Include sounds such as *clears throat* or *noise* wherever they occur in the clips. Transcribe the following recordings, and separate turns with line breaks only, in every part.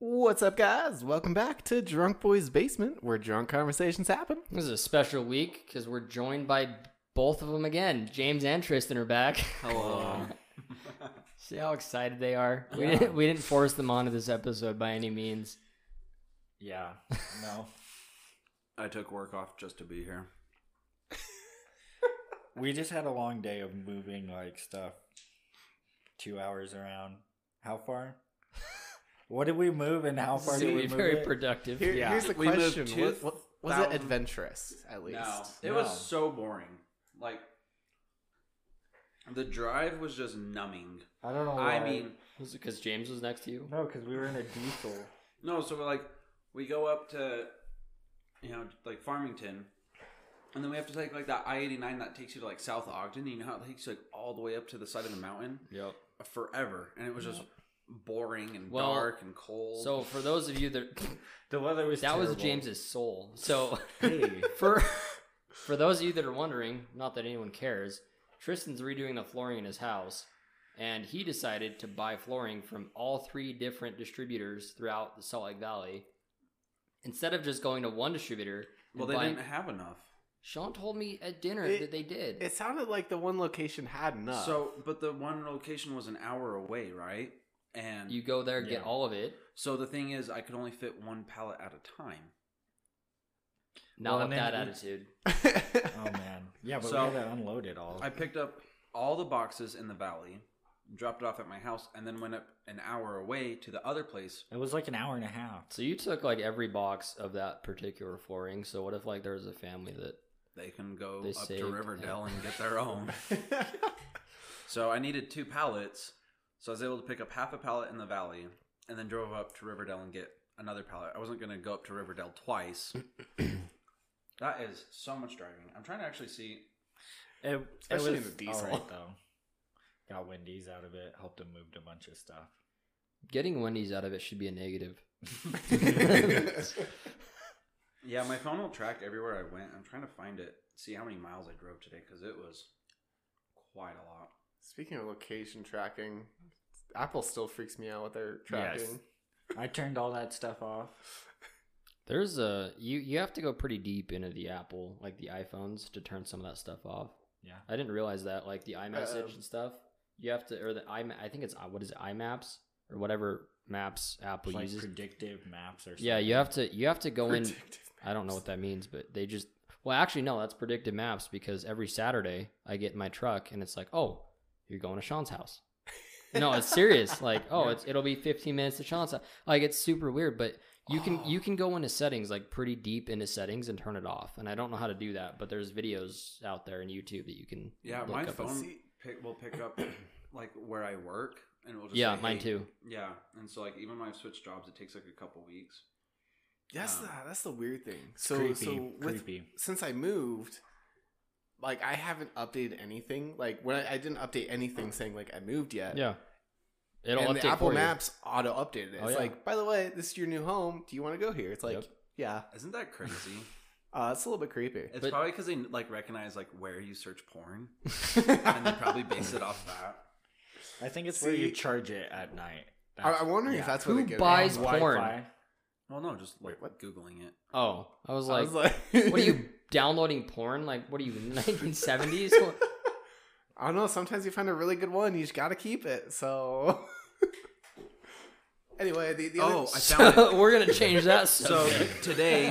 What's up, guys? Welcome back to Drunk Boys Basement, where drunk conversations happen.
This is a special week because we're joined by both of them again. James and Tristan are back. Hello. *laughs* See how excited they are. We
Yeah.
didn't we didn't force them onto this episode by any means.
Yeah. No.
I took work off just to be here.
we just had a long day of moving like stuff. Two hours around. How far? what did we move and how far
This
did
is
we
be
move?
very
it?
productive.
Here,
Yeah.
Here's the
We moved
question:
two
Wa- wa- Was it
thousand-
adventurous? At least
No, it
No.
was so boring. Like the drive was just numbing.
Oh, I don't know. Why.
I mean,
Was it because James was next to you?
no, because we were in a diesel.
no. So we're like, we go up to, you know, like Farmington, and then we have to take like that I eighty nine that takes you to like South Ogden. You know how it takes you like all the way up to the side of the mountain
Yep.
forever, and it was just boring and
Well,
dark and cold.
So for those of you that
The weather was
that was
terrible. *laughs*
James's soul. So
Hey.
for *laughs* for those of you that are wondering, not that anyone cares, Tristan's redoing the flooring in his house, and he decided to buy flooring from all three different distributors throughout the Salt Lake Valley. Instead of just going to one distributor, and
well, they
buying-
didn't have enough.
*laughs* Sean told me at dinner
It-
that they did.
it sounded like the one location had enough.
So, but the one location was an hour away, right? And
You go there,
Yeah.
get all of it.
So the thing is, I could only fit one pallet at a time.
Not
Well,
with
and
that
then we-
attitude.
Oh man. Yeah, but
So-
we had to unload it all.
I picked up all the boxes in the valley, dropped it off at my house, and then went up an hour away to the other place.
It was like an hour and a half.
So you took like every box of that particular flooring. So what if like there was a family that
They can go
They
up
saved
to Riverdale and get
*laughs*
their own. so I needed two pallets. So I was able to pick up half a pallet in the valley and then drove up to Riverdale and get another pallet. I wasn't going to go up to Riverdale twice. that is so much driving. I'm trying to actually see.
It,
Especially
it was
in the diesel.
alright, though. Got Wendy's out of it. Helped him move a bunch of stuff.
getting Wendy's out of it should be a negative? *laughs*
Yeah, my phone will track everywhere I went. I'm trying to find it, see how many miles I drove today because it was quite a lot.
*laughs* Speaking of location tracking, Apple still freaks me out with their tracking.
I turned all that stuff off.
There's a you you have to go pretty deep into the Apple like the iPhones to turn some of that stuff off.
Yeah.
I didn't realize that like the iMessage
Um,
and stuff. You have to or the i I think it's uh, what is it iMaps or whatever maps Apple
like
uses.
predictive maps or something.
Yeah, you have to you have to go in.
Predictive
I don't know what that means, but they just well actually no, that's predictive maps because every Saturday I get in my truck and it's like oh you're going to Sean's house. No,
*laughs*
it's serious. Like oh it's it'll be 15 minutes to Sean's house. Like it's super weird, but you can you can go into settings like pretty deep into settings and turn it off. And I don't know how to do that, but there's videos out there on YouTube that you can
Yeah, my
up and-
phone pick, will pick up *coughs* like where I work, and it will just
Yeah,
say,
mine
"Hey."
too.
Yeah, and so like even when I've switched jobs, it takes like a couple weeks.
*laughs* That's
Um,
the that's the weird thing.
It's
So
creepy,
so with,
creepy.
since I moved, like I haven't updated anything. Like when I, I didn't update anything saying like I moved yet.
Yeah. It'll
and
update
the Apple
for you.
Maps auto updated it.
Oh,
It's
yeah.
like, by the way, this is your new home. Do you want to go here? It's like,
Yep.
yeah,
Isn't that crazy?
*laughs*
uh, it's a little bit creepy.
it's
But-
probably because they like recognize like where you search porn,
*laughs*
and they probably base it
*laughs*
off that.
I think it's where
See-
you charge it at night.
I, I'm wondering if
yeah.
that's where
Who
they get
buys
It.
On Wi-Fi.
porn?
Well, no, just like
Wait, what?
googling it.
Oh, I was
I
like,
was like, *laughs*
what are you downloading porn? Like what are you *laughs*
*laughs*
1970s?
I don't know. Sometimes you find a really good one. You just gotta keep it. So, *laughs* anyway, the, the
Oh,
other,
I found it.
we're gonna change that.
*laughs* So
subject.
today,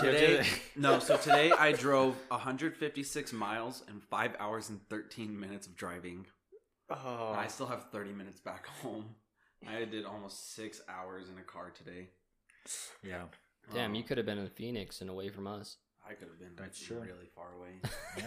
today,
today-
no. So today I drove 156 miles and five hours and 13 minutes of driving.
oh,
And I still have 30 minutes back home. I did almost six hours in a car today.
Yeah.
damn,
Um,
you could have been in Phoenix and away from us.
I could have been
That's true.
really far away.
Yeah.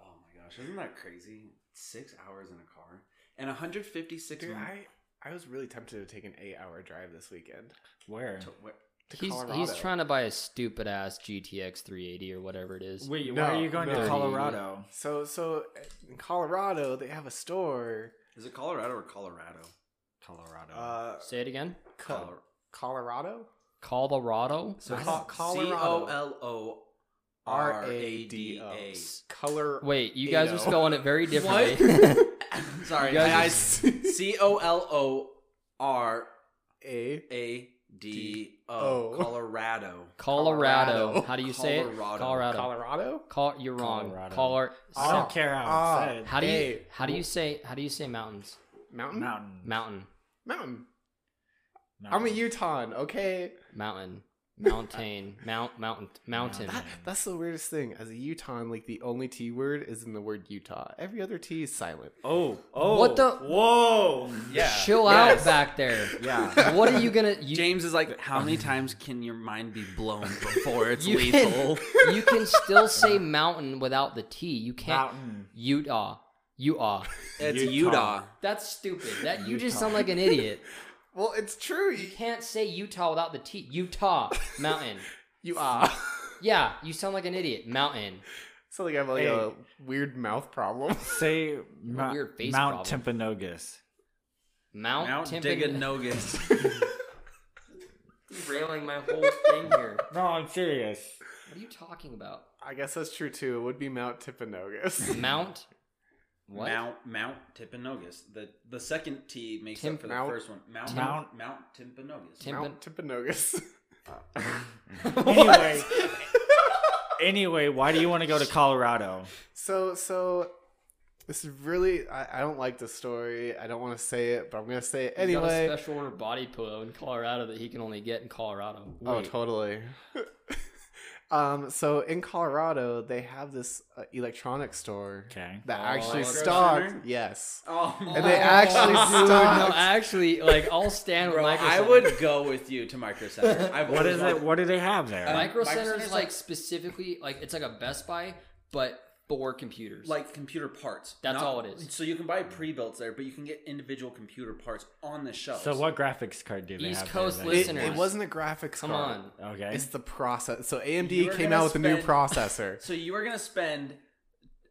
Oh my gosh, isn't that crazy? Six hours in a car and 156.
dude,
mi-
I I was really tempted to take an eight-hour drive this weekend.
Where?
to where-
To
He's
Colorado.
he's trying to buy a stupid ass GTX 380 or whatever it is.
*laughs* Wait,
No,
why are you going
no.
to Colorado?
So so in Colorado, they have a store.
Is it Colorado or Colorado?
Oh,
Colorado.
Uh,
Say it again.
Co-
Color-
Colorado.
Colorado.
so
I
it's
thought Colorado-
C O L O R A D
R-A-D-O.
A.
Color.
Wait, you guys
Ado.
are spelling it
*laughs*
very *laughs*
*laughs*
differently.
Sorry,
You guys
I- I- C O L O R
A.
A D
O.
O Colorado.
Colorado.
Colorado.
How do you say it?
Colorado.
Colorado.
Colorado?
Col- you're wrong.
Colorado.
Color.
I don't
so-
care how
Ah.
it's said.
How do you?
Hey.
How do you say? How do you say mountains?
Mountain?
Mountain.
Mountain.
Mountain.
Mountain.
I'm a Utahn, okay?
Mountain. Mountain. Mount. Mountain. Mountain.
That, that's the weirdest thing. As a Utahn, like the only T word is in the word Utah. Every other T is silent.
Oh, oh.
What the-
Whoa.
Yeah.
Chill out back there.
*laughs* Yeah.
What are you gonna? You,
James is like, how *laughs* many times can your mind be blown before *laughs* it's
You
lethal?
*laughs* you can still
*laughs*
say mountain without the T. You can't.
Mountain.
Utah. Utah.
It's
Utah.
Utah.
That's stupid.
*laughs*
That you just
Utah.
sound like an idiot.
Well, it's true.
You
You,
can't say Utah without the T. Utah. Mountain.
you *laughs* are.
Yeah, you sound like an idiot. Mountain.
so, like, I have like a weird mouth problem. *laughs*
Say Mount,
Weird face
Mount
problem.
Timpanogos.
Mount,
Mount
Timpan- *laughs*
Diganogus.
Derailing my whole thing here.
No, I'm serious.
What are you talking about?
I guess that's true too. It would be Mount Tippinogus.
Mount. What?
Mount Mount Timpanogus. The the second T makes
Tim-
up for the
Mount-
first one. Mount
Tim-
Mount Mount Timpanogus.
Tim-
Mount Tippinogus. *laughs*
Anyway, anyway, why do you want to go to Colorado?
So, so this is really. I, I don't like the story. I don't want to say it, but I'm gonna say it
He's got a
anyway.
special order body pillow in Colorado that he can only get in Colorado.
Oh,
Wait.
totally. *laughs* um. So in Colorado, they have this uh, electronics store
Okay.
that
Oh,
actually
Electro
stocked.
Center?
Yes.
Oh,
And they
*laughs*
actually
dude,
stopped.
No, actually, like I'll stand
Bro,
with Micro
I
Center.
would go with you to Micro Center. I've
What
always
is
wanted-
it? What do they have there?
Uh,
Micro
Micro
Center is
Center's
like
like-
specifically like it's like a Best Buy but for computers.
Like computer parts.
That's all it is.
So you can buy
Mm.
pre-builts there, but you can get individual computer parts on the shelves.
so what graphics card do they
East
have?
Coast
there, then?
It,
listeners.
it wasn't a graphics
come
card.
on.
Okay.
It's the process. So
You
AMD
were
came
gonna
out with a new
spend-
processor.
*laughs* So you are gonna spend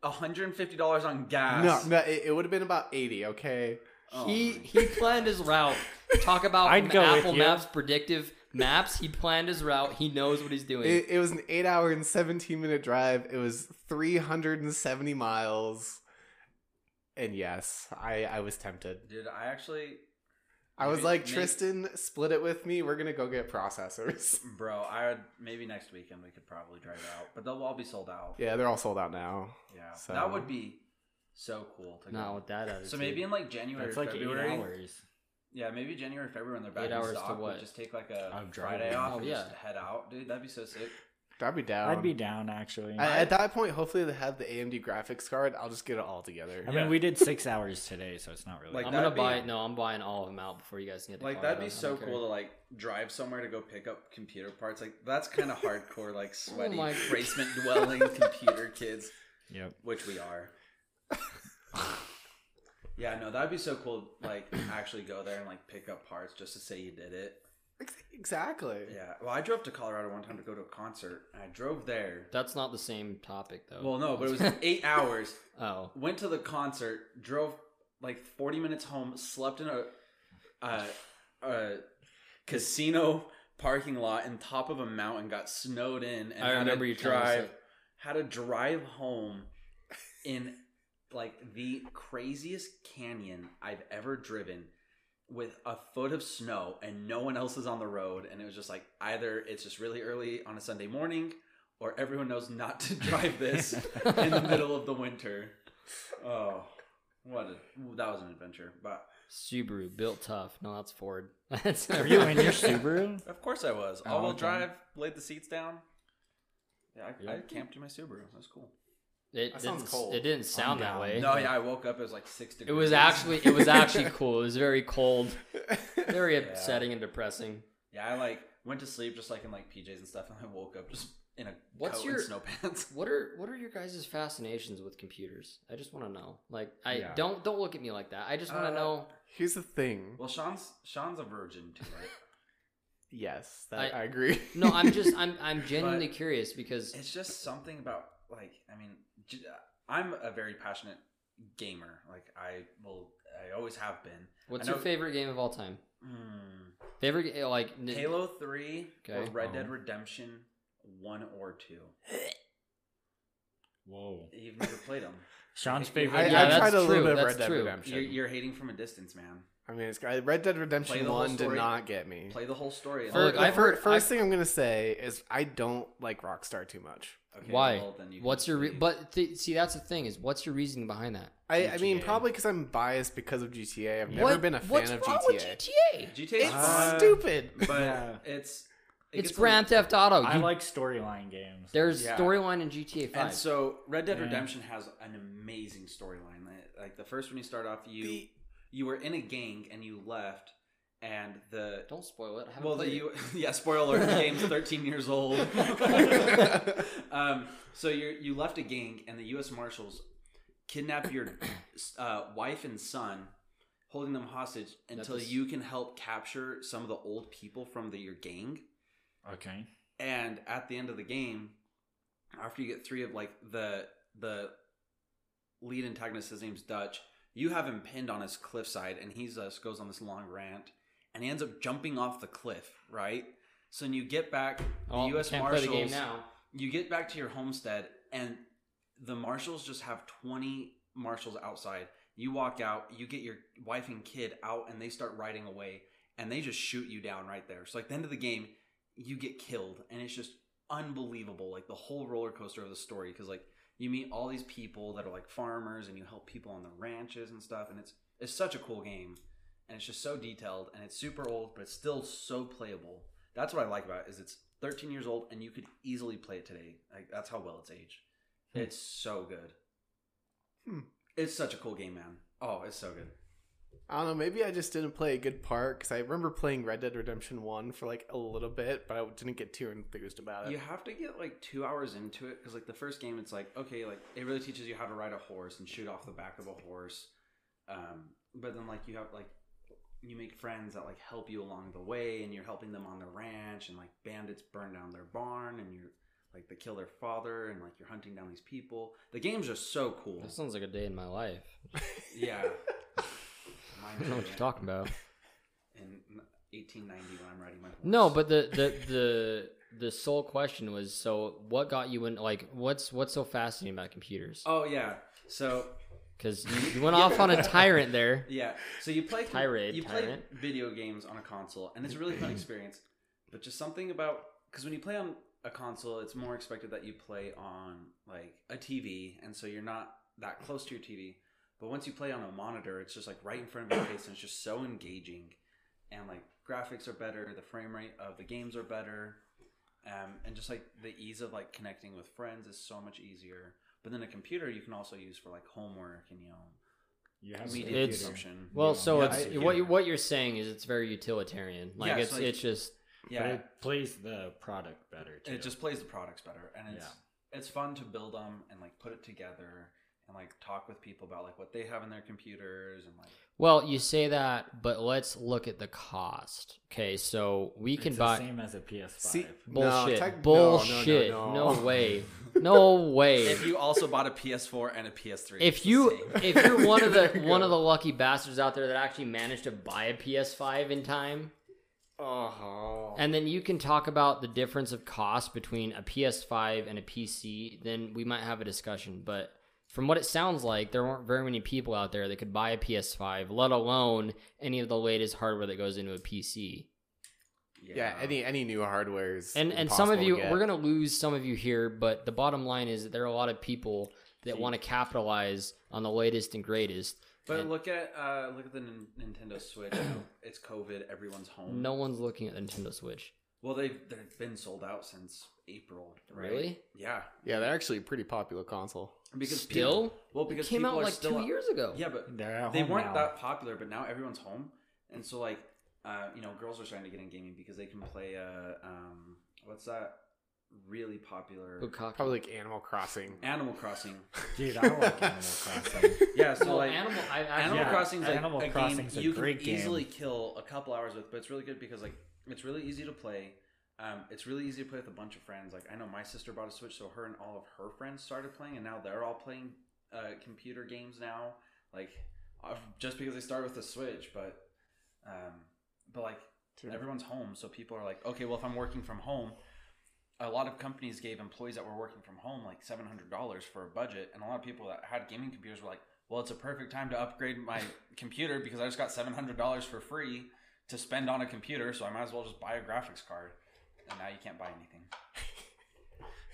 hundred and fifty dollars on
no,
gas.
no, it, it would have been about eighty. Okay.
Oh,
He he planned his route. Talk
*laughs*
about
I'd go with
Apple
you.
Maps predictive maps. He planned his route. He knows what he's doing.
It, it was an eight hour and 17 minute drive. It was 370 miles. And yes, I, I was tempted.
dude, I actually,
I was
Maybe-
like,
maybe-
Tristan, split it with me. We're going to go get processors. *laughs*
bro, I would maybe next weekend we could probably drive out, but they'll all be sold out.
Yeah, they're all sold out now.
Yeah,
So-
that would be so cool. To go.
Not with that attitude.
So maybe in like January,
That's
or
like
February.
eight hours.
Yeah, maybe January, February when they're back
Eight
in
hours to
stock.
what?
We just take like a
Of
Friday
driving.
off
Oh,
and
yeah.
just head out, dude. That'd be so sick.
I'd be down.
I'd be down actually.
Um, I- at that point, hopefully they have the AMD graphics card. I'll just get it all together.
I
yeah.
mean, we did six hours today, so it's not really.
Like
I'm
that'd
gonna
be-
buy no. I'm buying all of them out before you guys can get the
Like
Colorado.
that'd be
I
so
don't care.
cool to like drive somewhere to go pick up computer parts. Like that's kind of hardcore, like sweaty
my-
basement dwelling computer kids,
yep.
which we are. yeah, no, that'd be so cool. Like actually go there and like pick up parts just to say you did it.
Ex- Exactly.
Yeah. Well, I drove to Colorado one time to go to a concert, and I drove there.
That's not the same topic though.
Well, no, but it was *laughs* eight hours.
*laughs* oh,
went to the concert, drove like 40 minutes home, slept in a, a, a casino parking lot in top of a mountain, got snowed in, and
I
had
remember
to
you telling us
drive
that.
had to drive home in like the craziest canyon I've ever driven with a foot of snow and no one else is on the road and it was just like either it's just really early on a Sunday morning or everyone knows not to *laughs* drive
*laughs*
this in the middle of the winter. Oh, what a, that was an adventure. But
Subaru built tough. No, that's Ford. *laughs* That's
Are you in your Subaru?
of course I was.
Oh,
All wheel
okay.
drive, laid the seats down. Yeah, I, I
Yeah.
camped in my Subaru. That's cool.
It
That sounds
didn't.
cold.
It didn't sound that
down.
way.
No, yeah, I woke up. It was like six
It
degrees.
was actually. It was
*laughs*
actually cool. It was very cold, very upsetting and depressing.
Yeah, I like went to sleep just like in like PJs and stuff, and I woke up just in a
What's
coat
your-
and snow pants. *laughs*
What are what are your guys' fascinations with computers? I just want to know. Like, I
Yeah.
don't don't look at me like that. I just want to
Uh,
know.
*laughs* Here's the thing.
Well, Sean's Sean's a virgin
*laughs*
to it.
Yes, that,
I-
I, agree.
No,
*laughs*
I'm just I'm I'm genuinely curious because
It's just something about like I mean, j- I'm a very passionate gamer. Like I will, I always have been.
what's
I know-
your favorite game of all time?
Mm.
Favorite ga- like n-
Halo Three
Okay.
or Red
Oh.
Dead Redemption One or Two.
Whoa.
*laughs* You've never played them.
Sean's
*laughs* I,
favorite.
I
Yeah, that's
tried a little
true,
bit of
that's
Red Dead
true.
Redemption.
You're, you're hating from a distance, man.
I mean, it's, Red Dead
Play
Redemption
the whole
One did
story.
not get me.
Play the whole story. and
Well,
Fir-
then-
Oh, look, I've
the fir-
heard-
1st thing I'm gonna say is I don't like Rockstar too much.
Okay,
Why?
well, then you can
what's your re-
leave.
but th- see that's the thing is what's your reasoning behind that?
I, I mean,
GTA.
probably because I'm biased because of GTA. I've never
What-
been a fan
what's
of
wrong
GTA.
with GTA?
GTA?
It's
Uh,
stupid.
but
Yeah.
it's it
It's
gets a-
Grand Theft Auto.
I
You-
like storyline games.
there's
Yeah.
storyline in GTA Five.
And so Red Dead
Yeah.
Redemption has an amazing storyline. Like- Like the first one you start off, you
The-
you were in a gang and you left, and the
Don't spoil it. I haven't
well, the,
played it.
you *laughs* yeah, spoiler, alert, the game's thirteen years old.
*laughs*
*laughs* um, so you you left a gang, and the U.S. Marshals kidnap your uh, wife and son, holding them hostage until
That's-
you can help capture some of the old people from the, your gang.
okay.
And at the end of the game, after you get three of like the the lead antagonist, his name's Dutch. You have him pinned on his cliffside, and he just goes on this long rant, and he ends up jumping off the cliff. Right. So when you get back, the
Oh,
U.S.
can't
Marshals.
play the game now.
You get back to your homestead, and the marshals just have twenty marshals outside. You walk out, you get your wife and kid out, and they start riding away, and they just shoot you down right there. So like the end of the game, you get killed, and it's just unbelievable. Like the whole roller coaster of the story, because like you meet all these people that are like farmers, and you help people on the ranches and stuff, and it's it's such a cool game, and it's just so detailed, and it's super old, but it's still so playable. That's what I like about it is it's 13 years old, and you could easily play it today. Like that's how well it's aged.
Hmm.
It's so good.
Hmm.
It's such a cool game, man. Oh, it's so good.
*laughs* I don't know. Maybe I just didn't play a good part because I remember playing Red Dead Redemption One for like a little bit, but I didn't get too enthused about it.
Uh,
You have to get like two hours into it because like the first game, it's like okay, like it really teaches you how to ride a horse and shoot off the back of a horse. Um, but then like you have like you make friends that like help you along the way, and you're helping them on the ranch, and like bandits burn down their barn, and you're like they kill their father, and like you're hunting down these people. The game's just so cool.
That *laughs* sounds like a day in my life.
yeah.
I don't know what you're talking about. *laughs*
In 1890, when I'm riding my horse.
No, but the the the the sole question was so what got you in like what's what's so fascinating about computers?
oh yeah. So
Because you, you went off on
*laughs*
a tyrant there.
Yeah. So you play
Tirade,
you play
tyrant.
video games on a console, and it's
*clears throat*
a really fun experience. But just something about because when you play on a console, it's more expected that you play on like a TV, and so you're not that close to your TV. But once you play on a monitor, it's just like right in front of your face, and it's just so engaging. And like graphics are better, the frame rate of the games are better, um, and just like the ease of like connecting with friends is so much easier. But then a computer you can also use for like homework and you know
You have a
media
It's-
computer.
consumption.
Well,
Yeah.
so
Yeah,
it's
I-
what what you- what you're saying is it's very utilitarian. Like
Yeah, it's
it's
like-
it's just
But
Yeah,
it plays the product better too.
it just plays the products better, and it's it's fun to build them and like put it together and like talk with people about like what they have in their computers and like
well, you say that, but let's look at the cost. Okay, so we can
it's
buy
the same as a PS5.
See- No,
bullshit,
tech- no, no, no,
bullshit, no,
no.
*laughs* way, no way.
if you also bought a PS4 and a PS3. it's
If
the
you *laughs*
same.
if you're one of the
*laughs* There you
one
go.
of the lucky bastards out there that actually managed to buy a PS5 in time,
oh,
and then you can talk about the difference of cost between a PS5 and a PC, then we might have a discussion. But from what it sounds like, there weren't very many people out there that could buy a PS5, let alone any of the latest hardware that goes into a PC.
yeah. Any any new hardware is
And and some of
impossible
you,
to get.
we're gonna lose some of you here, but the bottom line is that there are a lot of people that
See.
want to capitalize on the latest and greatest.
But
And
look at uh look at the Nin- Nintendo *coughs* Switch. you know, it's COVID. Everyone's home.
no one's looking at the Nintendo Switch.
Well, they've they've been sold out since April. Right?
Really?
Yeah.
yeah, they're actually a pretty popular console.
Because
still,
people- well, because
it came
people
out
are
like
still
two
out-
years ago.
Yeah, but
They're at
they
home
weren't
now.
that popular, but now everyone's home, and so like, uh, you know, girls are starting to get in gaming because they can play. Uh, um, what's that really popular?
Bukkake.
Probably like Animal Crossing.
Animal Crossing.
Dude, I
*laughs*
like Animal Crossing.
Yeah, so
Well,
like.
animal, I, actually-
Animal
Yeah,
Crossing is like
Animal
a game
Crossing's a
you can
great game.
easily kill a couple hours with, but it's really good because like it's really easy to play. Um, it's really easy to play with a bunch of friends. Like I know my sister bought a Switch, so her and all of her friends started playing, and now they're all playing uh, computer games now. Like uh, just because they started with the Switch, but um, but like everyone's home, so people are like, okay, well if I'm working from home, a lot of companies gave employees that were working from home like seven hundred dollars for a budget, and a lot of people that had gaming computers were like, "Well, it's a perfect time to upgrade
*laughs*
my computer because I just got seven hundred dollars for free to spend on a computer, so I might as well just buy a graphics card." And now you can't buy anything.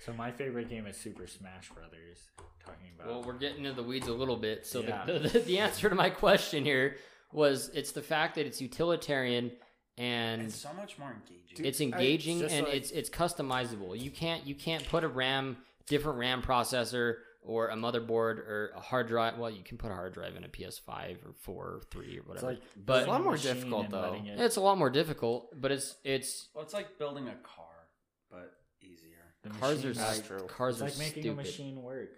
So my favorite game is Super Smash Brothers. Talking about
Well, we're getting into the weeds a little bit. So
Yeah.
*laughs* the, the, the answer to my question here was it's the fact that it's utilitarian and
It's so much more engaging.
Dude,
it's
I-
engaging
just
and
like-
it's it's customizable. You can't you can't put a RAM different RAM processor or a motherboard or a hard drive. Well, you can put a hard drive in a PS5 or four or three or
it's
whatever.
like
but-
building
It's
a lot more
machine
difficult,
and
though.
letting it-
it's a lot more difficult, but it's it's
Well, it's like building a car, but easier.
the
cars are
machine-
That's
st-
true.
cars
It's
are
like making
stupid.
a machine work.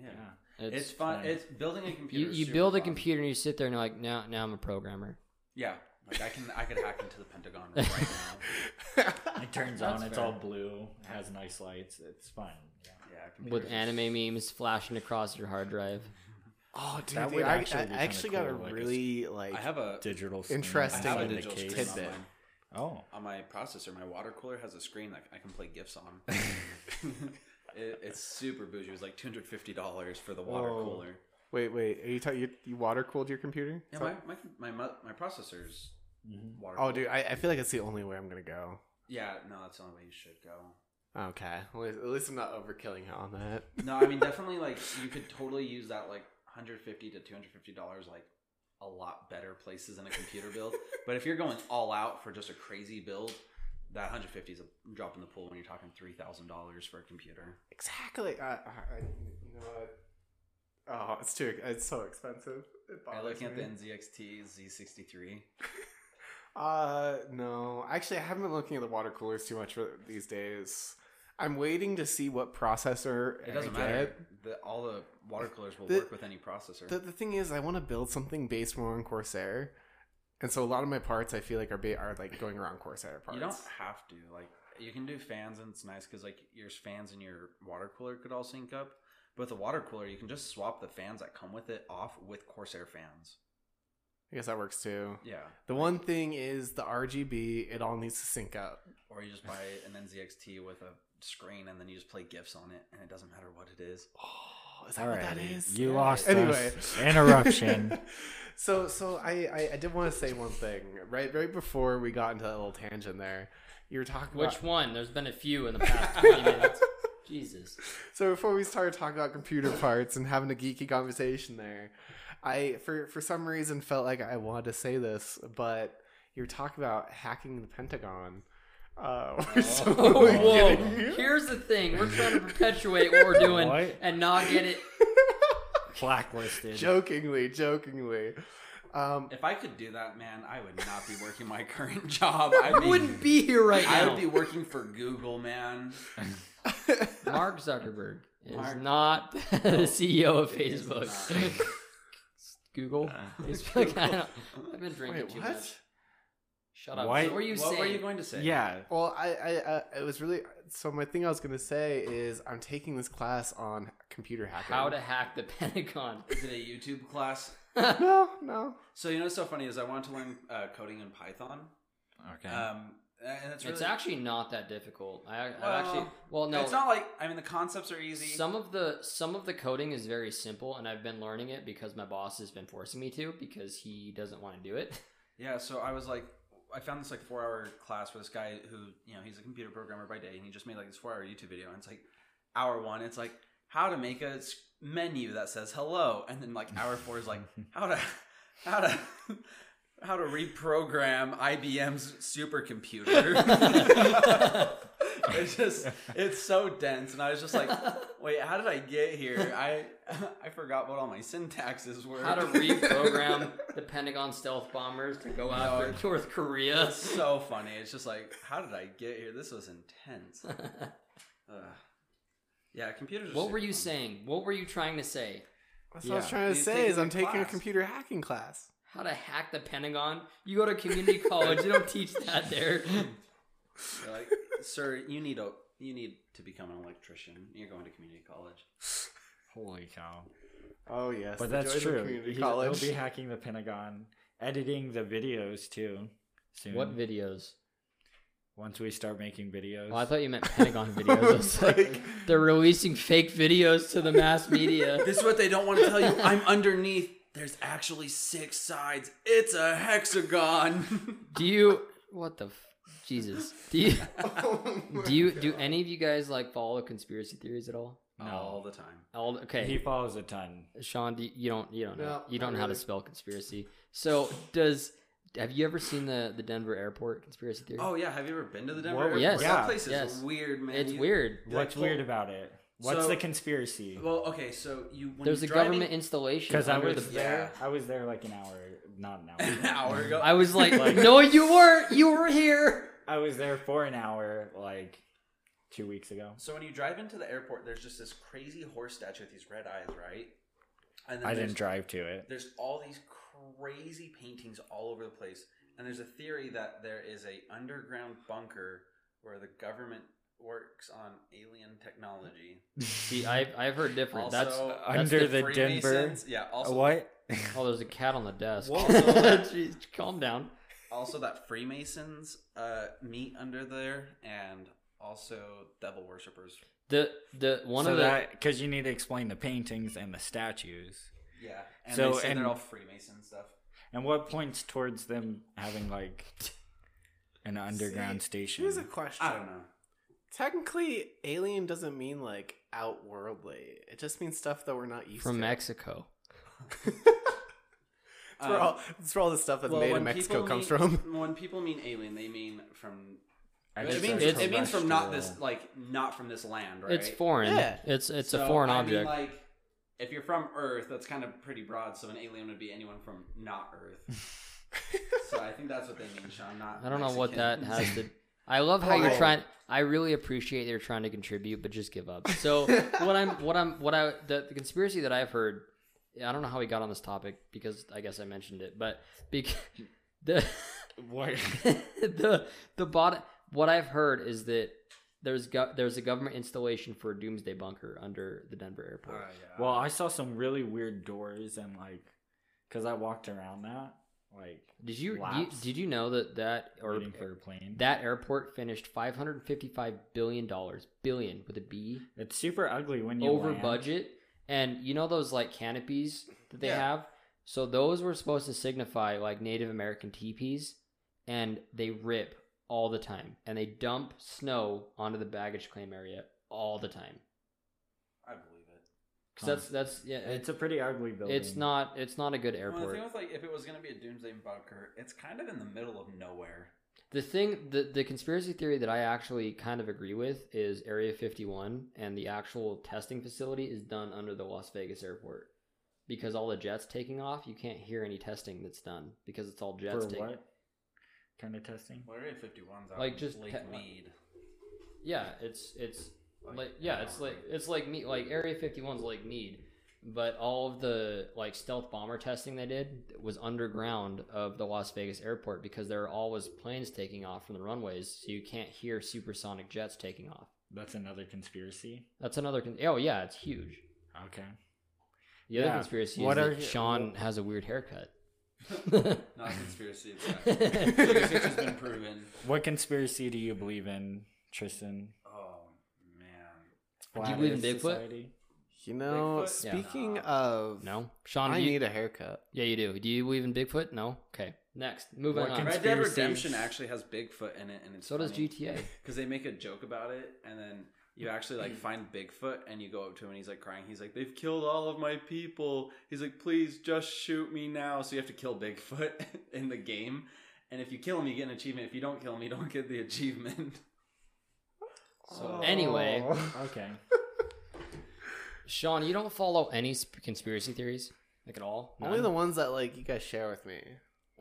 Yeah,
Yeah.
It's,
It's,
fun.
fun.
It's building a computer.
you
is
you
super
build a
fun.
computer and you sit there and you're like now now I'm a programmer.
Yeah, like I can I could hack into the Pentagon right now.
*laughs*
It turns *laughs*
That's
on. It's
fair.
all blue. It has nice lights. It's fun. Yeah.
Yeah, I can
with anime memes flashing across your hard drive.
oh, dude,
That
dude,
would
I,
actually
I
be
actually got
kinda
a
cool, like,
really like.
I have a
Digital.
Interesting
I
thing
have a
in the
digital
case.
screen on
Tidbit.
mine.
Oh,
On my processor, my water cooler has a screen that I can play
*laughs*
GIFs on. *laughs* it, it's super bougie. It was like two hundred fifty dollars for the water
Whoa.
cooler.
Wait, wait. Are you talking? You, you water cooled your computer?
Yeah,
So-
my my my, mo- my processor's water.
oh,
cooled.
dude, I, I feel like it's the only way I'm gonna go.
Yeah, no, that's the only way you should go.
Okay, Well, at least I'm not overkilling it on that.
No, I mean definitely *laughs* like you could totally use that like hundred fifty to two hundred fifty dollars like a lot better places in a computer build. But if you're going all out for just a crazy build, that hundred fifty is a drop in the pool when you're talking three thousand dollars for a computer.
*laughs* Exactly. I, I, I- you know what? Oh, it's too. It's so expensive. It
Are you
bothers
looking at the
me.
NZXT Z63?
Uh, no. Actually, I haven't been looking at the water coolers too much for these days. I'm waiting to see what processor
It doesn't
I
matter.
get.
The, all the water coolers will
The-
work with any processor.
The, the thing is, I want to build something based more on Corsair, and so a lot of my parts I feel like are ba- are like going around Corsair parts.
you don't have to like you can do fans and it's nice because like your fans and your water cooler could all sync up. But with the water cooler, you can just swap the fans that come with it off with Corsair fans.
I guess that works too.
Yeah,
The one thing is the RGB. It all needs to sync up.
or you just buy an NZXT with a screen and then you just play GIFs on it, and it doesn't matter what it is.
Oh, is that what that
Alrighty,
is?
you
Yeah.
lost
Anyway,
us. Interruption.
*laughs* so, so I, I, I did want to say one thing right, right before we got into that little tangent there. You were talking
*laughs* Which
about
one? There's been a few in the past *laughs* 20 minutes. Jesus.
*laughs* so before we started talking about computer parts and having a geeky conversation there, I for for some reason felt like I wanted to say this, but you were talking about hacking the Pentagon. Uh, *laughs* we're so
*laughs* *laughs* whoa.
getting-
Here's the thing. We're trying to perpetuate what we're doing
What?
and not get it.
blacklisted.
jokingly, jokingly. Um,
If I could do that, man, I would not be working my *laughs* current job. I
I wouldn't be here right
I
now.
would be working for Google, man.
Mark Zuckerberg is
Mark-
not *laughs* the CEO of
He
*laughs*
is
Facebook.
not.
*laughs* Google. Facebook. I don't,
*laughs*
I've been drinking
wait,
too
what?
much. Shut up.
Why-
what were you
what
saying?
were you going to say?
Yeah.
Well, I, I, uh, it was really so. My thing I was gonna say is I'm taking this class on computer hacking.
How to hack the *laughs* Pentagon.
Is it a YouTube class?
No, no.
So you know what's so funny is I wanted to learn uh, coding in Python.
Okay.
Uh,
Um, and it's, really,
It's actually not that difficult. I,
Well,
I actually well no
It's not like I mean the concepts are easy.
Some of the some of the coding is very simple, and I've been learning it because my boss has been forcing me to because he doesn't want to do it.
yeah. So I was like, I found this like four hour class with this guy who you know he's a computer programmer by day, and he just made like this four hour YouTube video, and it's like hour one, it's like how to make a s- menu that says hello, and then like hour four is
*laughs*
like how to how to. How to reprogram IBM's
*laughs*
supercomputer. it's just it's so dense and I was just like Wait, how did I get here? I *laughs* I forgot what all my syntaxes were.
How to
*laughs*
reprogram the Pentagon stealth bombers to go after *laughs*
it's-
North Korea.
It's so funny. It's just like, how did I get here? This was
*laughs*
intense. Ugh. Yeah, computers. are
what
super
were you
fun.
saying? What were you trying to say?
That's what I was
Yeah.
trying to
You're
say.
taking
Is I'm
the
taking a
class.
computer hacking class.
How to hack the Pentagon? You go to community college, they don't teach that there.
You're like, sir, you need a you need to become an electrician. You're going to community college.
Holy cow.
Oh yes,
But
the
that's
joys of
true.
Community
He's-
college. *laughs*
He'll be hacking the Pentagon, editing the videos too. Soon.
What videos?
Once we start making videos,
Well, Oh, I thought you
*laughs*
meant Pentagon videos. I was
*laughs*
like,
Like-
they're releasing fake videos to the mass media.
This is what they don't want to tell you.
*laughs*
I'm underneath. There's actually six sides. It's
*laughs*
a hexagon.
Do you? What the? F- Jesus. Do you?
oh
Do you? Do any of you guys like follow conspiracy theories at all?
All the time.
All okay.
he follows a ton.
Sean, do you, you don't you don't know
No,
you
not
don't know how to
really.
spell conspiracy. So does have you ever seen the the Denver airport conspiracy theory?
Oh yeah, have you ever been to the Denver?
What-
airport?
yes.
that
Yeah.
place is
Yes.
weird, man.
it's
You-
weird.
What's
pull-
weird about it? What's
So-
the conspiracy?
Well, okay, so you when
There's a
you're driving, *laughs*
government installation
Because I
under
was
the.
there. I was there like an hour, not
*laughs*
an hour.
an hour ago.
I was like,
Like-
no, you weren't. You were here.
I was there for an hour, like two weeks ago.
so when you drive into the airport, there's just this crazy horse statue with these red eyes, right? And
I
there's-
didn't drive to it.
There's all these crazy paintings all over the place, and there's a theory that there is a underground bunker where the government works on alien technology.
See,
*laughs*
I've I've heard different.
Also,
That's
under the, Denver.
Freemasons- Yeah. Also,
what?
oh, there's a cat on the desk.
Whoa, so that-
*laughs* Jeez, calm down.
also that Freemasons uh, meet under there, and also devil worshippers.
The the one
so
of the
that because you need to explain the paintings and the statues.
Yeah. And
So,
they say
and-
they're all Freemason stuff.
And what points towards them having like an underground station?
Here's a question.
I don't know.
Technically, alien doesn't mean like outworldly. It just means stuff that we're not used
from
to.
Mexico.
It's
Uh,
where, all, it's where all the stuff that's
Well,
made in
when
Mexico
people
comes
mean-
from.
*laughs* When people mean alien, they mean from.
I
It
just
means,
searched
it means from not this,
terrestrial.
like, not from this land, right?
It's foreign.
Yeah.
It's it's
So,
a foreign
I mean,
object.
like, if you're from Earth, that's kind of pretty broad. So an alien would be anyone from not Earth.
*laughs*
so I think that's what they mean, Sean. Not.
I don't know what that
Mexicans. *laughs*
has to. I love how
Oh.
you're
Whoa.
trying. I really appreciate that you're trying to contribute, but just give up.
*laughs*
So what I'm, what I'm, what I, the, the conspiracy that I've heard, I don't know how we got on this topic because I guess I mentioned it, but because *laughs* the
What?
*laughs* the the bottom, what I've heard is that there's go, there's a government installation for a doomsday bunker under the Denver
Uh,
airport.
yeah.
Well, I saw some really weird doors and like, cause I walked around that like
Did you, you
Laps.
did you know that that or
waiting for a plane.
that airport finished 555 billion dollars billion with a B
it's super ugly when you
over
land.
budget and you know those like canopies that they
Yeah.
have so those were supposed to signify like native american teepees and they rip all the time and they dump snow onto the baggage claim area all the time
I believe it.
because that's that's yeah
It's
it's
a pretty ugly building.
it's not it's not a good airport
Well, the thing was, like, if it was going to be a doomsday bunker, it's kind of in the middle of nowhere.
The thing, the, the conspiracy theory that I actually kind of agree with is Area 51 and the actual testing facility is done under the Las Vegas airport. Because all the jets taking off, you can't hear any testing that's done because it's all
for
jets taking
what kind of testing.
Well, Area 51's out
Like,
in
just
Lake
pet-
Mead.
Yeah, it's it's
Like,
like yeah, it's
*laughs*
like it's like me like Area 51's like Mead, but all of the like stealth bomber testing they did was underground of the Las Vegas airport because there are always planes taking off from the runways, so you can't hear supersonic jets taking off.
That's another conspiracy.
That's another. Con- oh yeah, it's huge.
Okay.
The other
Yeah.
conspiracy
What
is
are
that
you-
Sean
wh-
has a weird
*laughs*
haircut.
Not a
*laughs*
conspiracy. It's fact. Research has been proven.
What conspiracy do you believe in, Tristan?
Oh man.
Do you believe in
Flat Earth
Bigfoot?
Society?
*laughs* You know,
Bigfoot? Yeah.
speaking
Nah.
of,
no, Sean.
I
do you,
need a haircut.
yeah, you do. Do you believe in Bigfoot? No. Okay. Next, moving
What
on.
cons-
Red Dead
Conspiracy.
Redemption actually has Bigfoot in it, and it's
Uh, so does GTA.
because they make a joke about it, and then you actually like find Bigfoot, and you go up to him, and he's like crying. He's like, "They've killed all of my people." He's like, "Please just shoot me now." So you have to kill Bigfoot *laughs* in the game, and if you kill him, you get an achievement. If you don't kill him, you don't get the achievement. *laughs* So
*laughs*
Anyway.
*laughs* Okay.
Sean, you don't follow any sp- conspiracy theories like at all.
Only the
None?
ones that like you guys share with me,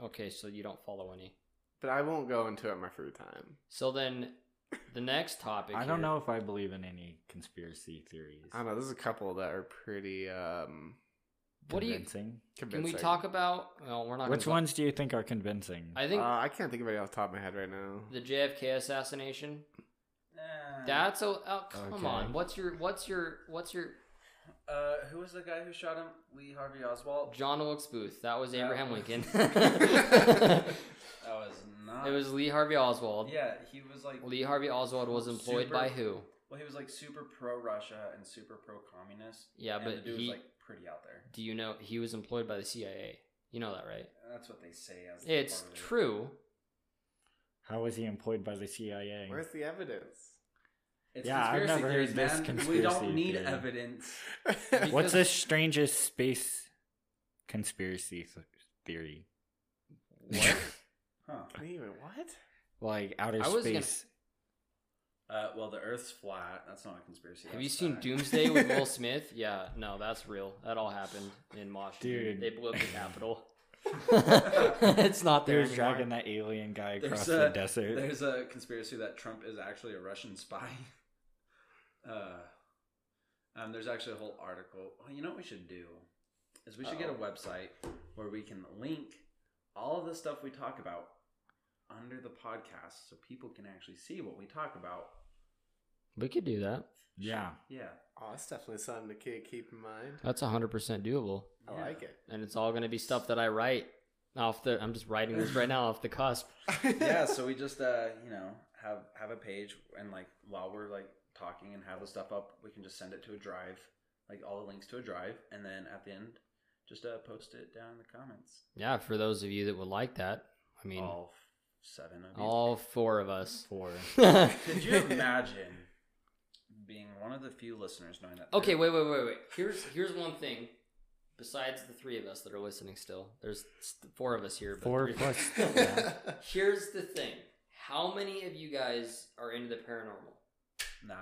Okay, so you don't follow any.
but I won't go into it in my free time.
So then, the next topic.
I don't
here-
know if I believe in any conspiracy theories.
I don't know. There's a couple that are pretty um
What do you?
Convincing?
Can we
convincing.
talk about? Well, we're not.
Which
gonna-
ones do you think are convincing?
I
Uh,
think
I can't think of any off the top of my head right now.
the JFK assassination.
eh,
That's a oh, come
Okay.
on. What's your what's your what's your
Uh, who was the guy who shot him? Lee Harvey Oswald.
John Wilkes Booth. That was
That
Abraham
was- *laughs*
Lincoln.
*laughs*
That That was not.
it was Lee Harvey Oswald.
Yeah, he was like.
Lee Harvey Oswald was employed
Super-
by who?
Well, he was like super pro Russia and super pro communist.
Yeah,
and the
but
dude
he.
was like pretty out there.
do you know he was employed by the CIA? You know that, right?
And that's what they say as. the
It's
part of it.
true.
How was he employed by the CIA?
Where's the evidence?
It's
Yeah, I've
conspiracy
never
theories,
heard this
man. we
conspiracy
don't need
theory.
evidence.
What's
Because-
the strangest space conspiracy th- theory?
What?
Huh.
Wait a minute, what?
like outer
I was gonna-
space.
Uh, well, the Earth's flat. That's not a conspiracy.
Have
that's
you seen
fact.
Doomsday with
*laughs*
Will Smith? Yeah, no, that's real. That all happened in Washington.
Dude.
They blew up the
*laughs*
Capitol. *laughs* it's not
They
there.
were
anymore.
dragging that alien guy across
There's
the
a-
desert.
There's a conspiracy that Trump is actually a Russian spy. *laughs* Uh, um, there's actually a whole article. Well, you know what we should do is we should get a
Oh.
Uh-oh.
website where we can link all of the stuff we talk about under the podcast, so people can actually see what we talk about.
We could do that.
Yeah.
Yeah,
Oh, that's definitely something to keep, keep in mind.
That's 100% doable.
Oh,
I
Yeah.
like it.
And it's all going to be stuff that I write off the. I'm just writing this right now off the cusp. *laughs*
yeah, so we just uh, you know have have a page and like while we're like talking and have the stuff up, we can just send it to a drive, like all the links to a drive, and then at the end, just uh, post it down in the comments.
Yeah, for those of you that would like that, I mean, all,
all seven of you.
four of us.
Oh, *laughs* Four.
*laughs*
*laughs*
Could you imagine being one of the few listeners knowing that?
Okay, wait, wait, wait, wait. Here's here's one thing. Besides the three of us that are listening still, there's st- four of us here. But
Four
*laughs*
three-
plus.
*laughs* Here's the thing. How many of you guys are into the paranormal?
Nah,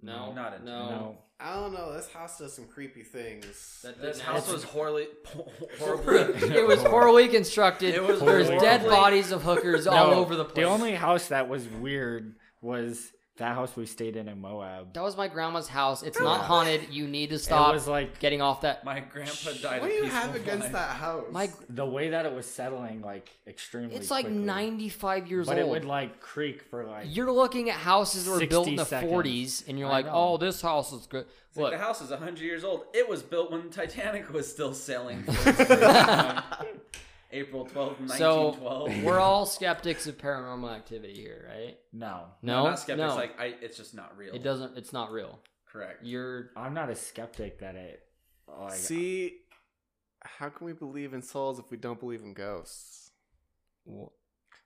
No,
Not into-
no. *laughs*
No.
I don't know. This house does some creepy things.
That
this
didn't
house
happen.
was horribly, *laughs*
*laughs*
horribly.
*laughs* it was horribly constructed.
It was
There's dead
horribly-
bodies of hookers all
No,
over the place.
The only house that was weird was that house we stayed in in Moab.
That was my grandma's house. It's not
Yeah.
haunted. You need to stop
It was like
getting off that.
*laughs* My grandpa died.
what do
a
you
peaceful
have against
life.
that house?
My
the way that it was settling, like extremely.
it's like
quickly.
95 years
but
old.
it would like creak for like.
you're looking at houses that were built in
60
the
seconds.
40s, and you're
I
like,
know.
"Oh, this house is good."
It's like
Look,
the
*laughs*
house is hundred years old. It was built when Titanic was still
*laughs*
sailing. April twelfth,
So,
nineteen twelve.
we're all skeptics of paranormal activity here, right?
no,
No,
not skeptics.
no,
Like I, it's just not real.
it doesn't. It's not real.
Correct.
You're
I'm not a skeptic that it.
Oh,
Oh
Like,
See, how can we believe in souls if we don't believe in ghosts?
well,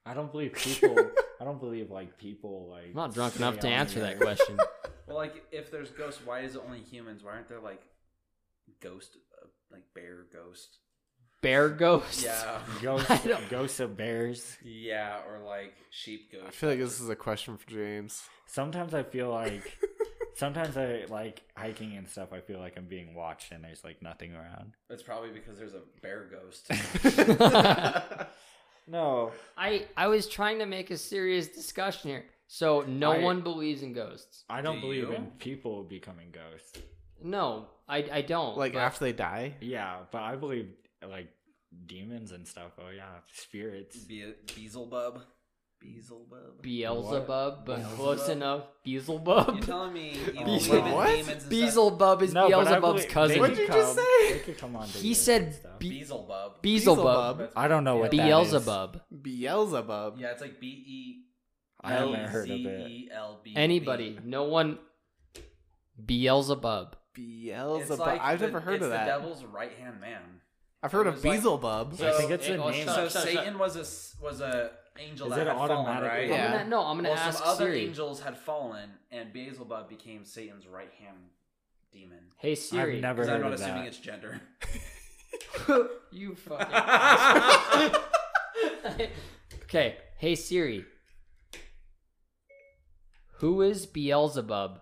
I
*laughs*
don't believe people. I don't believe like people like.
I'm not drunk enough to
stay on
answer
the
that
earth.
question.
*laughs*
Well, like if there's ghosts, why is it only humans? Why aren't there like ghost, uh, like bear ghost?
*laughs* Bear ghosts.
Yeah.
*laughs*
*laughs* I
Ghosts,
don't-
ghosts of bears.
Yeah, or like sheep ghost.
I feel like this is a question for
*laughs*
James. *laughs*
Sometimes I feel like.
*laughs*
Sometimes I like hiking and stuff. I feel like I'm being watched and there's like nothing around.
It's probably because there's a bear ghost.
*laughs*
No,
I I was trying to make a serious discussion here. So no
I-
one believes in ghosts.
I don't
Do
believe
you?
in people becoming ghosts.
No, I I don't.
like
but
after they die?
Yeah, but I believe like demons and stuff. Oh yeah, spirits.
Be- Beelzebub. Beelzebub.
Beelzebub, but
Beelzebub?
close enough.
you
Beelzebub.
telling me you
Oh,
believe
wait,
in
what?
demons and stuff?
Beelzebub is
but I
Beelzebub's
believe-
cousin.
they
What'd
could
you just
come-
say?
they could come on to
He
Earth
said
and stuff.
be-
Beelzebub.
Beelzebub.
Beelzebub.
I don't know what that is.
Beelzebub.
Beelzebub.
Yeah, it's like B E
I
L
haven't heard
Z
of it.
E L B.
Anybody. No one. Beelzebub.
Beelzebub. I've never heard
it's
of that.
The devil's right hand man.
I've heard
it
of
was like-
Beelzebub.
I think it's
Hey,
a
oh,
name.
shut
So
up, shut up, shut up.
Satan was a s- was a angel
Is
that
it
had fallen,
automatically-
right?
Yeah.
I'm gonna, no, I'm gonna
Well,
ask
some other
Siri.
angels had fallen, and Beelzebub became Satan's right hand demon.
Hey Siri.
I've never
Because
heard
I'm not
of
assuming
that.
it's gender.
you fucking.
*laughs*
asshole. *laughs* okay. Hey Siri. Who is Beelzebub?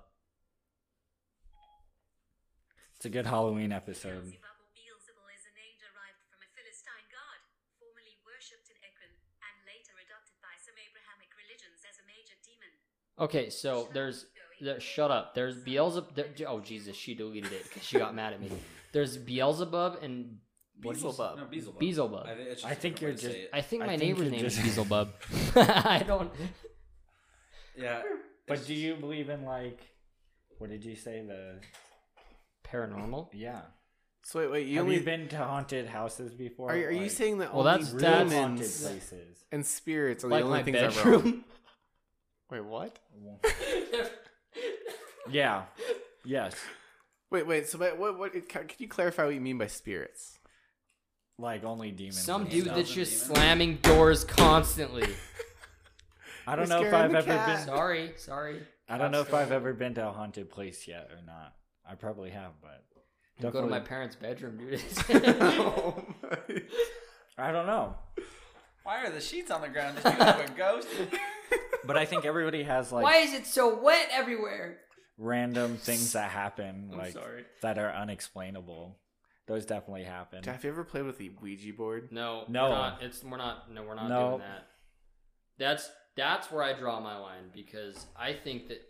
It's a good Halloween episode.
Beelzebub or Beelzebul is a name derived from a Philistine god, formerly worshipped in Ekron, and later adopted by some Abrahamic religions as a major demon.
Okay, so there's. There, shut up. There's Beelzebub. There, oh Jesus, she deleted it because she got mad
*laughs*
at me. There's Beelzebub and what did you say?
Beelzebub.
No,
*laughs*
Beelzebub.
Beelzebub.
I, it's just
I
a
think
different
you're
way to say
just-
it.
I think
I
my
think
neighbor's
you
name is
just-
Beelzebub. *laughs* I don't.
Yeah.
But do you believe in like what did you say the
paranormal.
Yeah.
So wait, wait, you
Have
only
you been to haunted houses before?
are, are you
Like,
saying that
Well,
only
that's-
real
that's-
haunted
demons
*laughs*
places?
and spirits are
Like
the only
my
things that are wrong?
bedroom.
*laughs* Wait, what?
yeah. Yes.
Wait, wait. So, but what? What? Can you clarify what you mean by spirits?
Like only demons.
Some
and
dude
stuff.
that's
Thousand
just
demons.
slamming doors constantly.
I don't
You're
know if
scaring
I've
the
ever
cat.
been.
sorry, sorry.
I don't know if
Sorry.
I've ever been to a haunted place yet or not. I probably have, but
Go to
definitely-
my parents' bedroom, dude. *laughs*
oh my.
I don't know.
Why are the sheets on the ground just because of a ghost?
*laughs* But I think everybody has
*laughs*
like
Why is it so wet everywhere? *laughs*
random things that happen,
I'm
like
sorry.
that are unexplainable. Those definitely happen.
Have you ever played with the Ouija board?
No,
No.
we're not, it's we're not. No, we're not
No.
doing that. That's that's where I draw my line because I think that.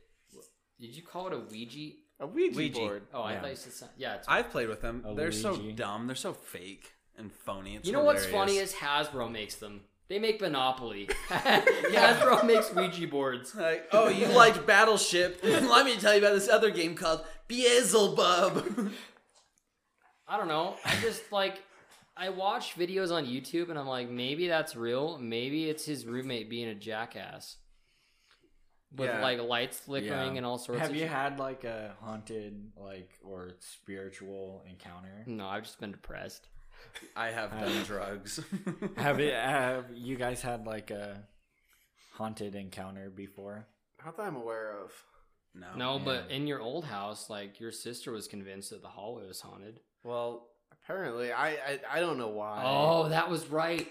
Did you call it a Ouija?
A Ouija,
Ouija.
board.
Oh, I
Yeah.
thought you said something. Yeah, it's.
I've played with them.
A
They're so
Luigi.
dumb. They're so fake and phony. It's
you know what's
hilarious.
funny is Hasbro makes them. They make
*laughs*
Monopoly. *laughs* Hasbro makes Ouija boards.
Like,
*laughs*
oh, you liked Battleship. *laughs* Let me tell you about this other game called Beelzebub. *laughs*
I don't know. I just like I watch videos on YouTube and I'm like, maybe that's real. Maybe it's his roommate being a jackass with
Yeah.
like lights flickering
Yeah.
and all sorts.
Have
of
you
shit.
had like a haunted, like or spiritual
*laughs*
encounter?
No, I've just been depressed.
I have done drugs.
*laughs* have it? Have you guys had like a haunted encounter before?
Not that I'm aware of.
No.
no, but
yeah.
in your old house, like your sister was convinced that the hallway was haunted.
Well, apparently, I I, I don't know why.
Oh, that was right.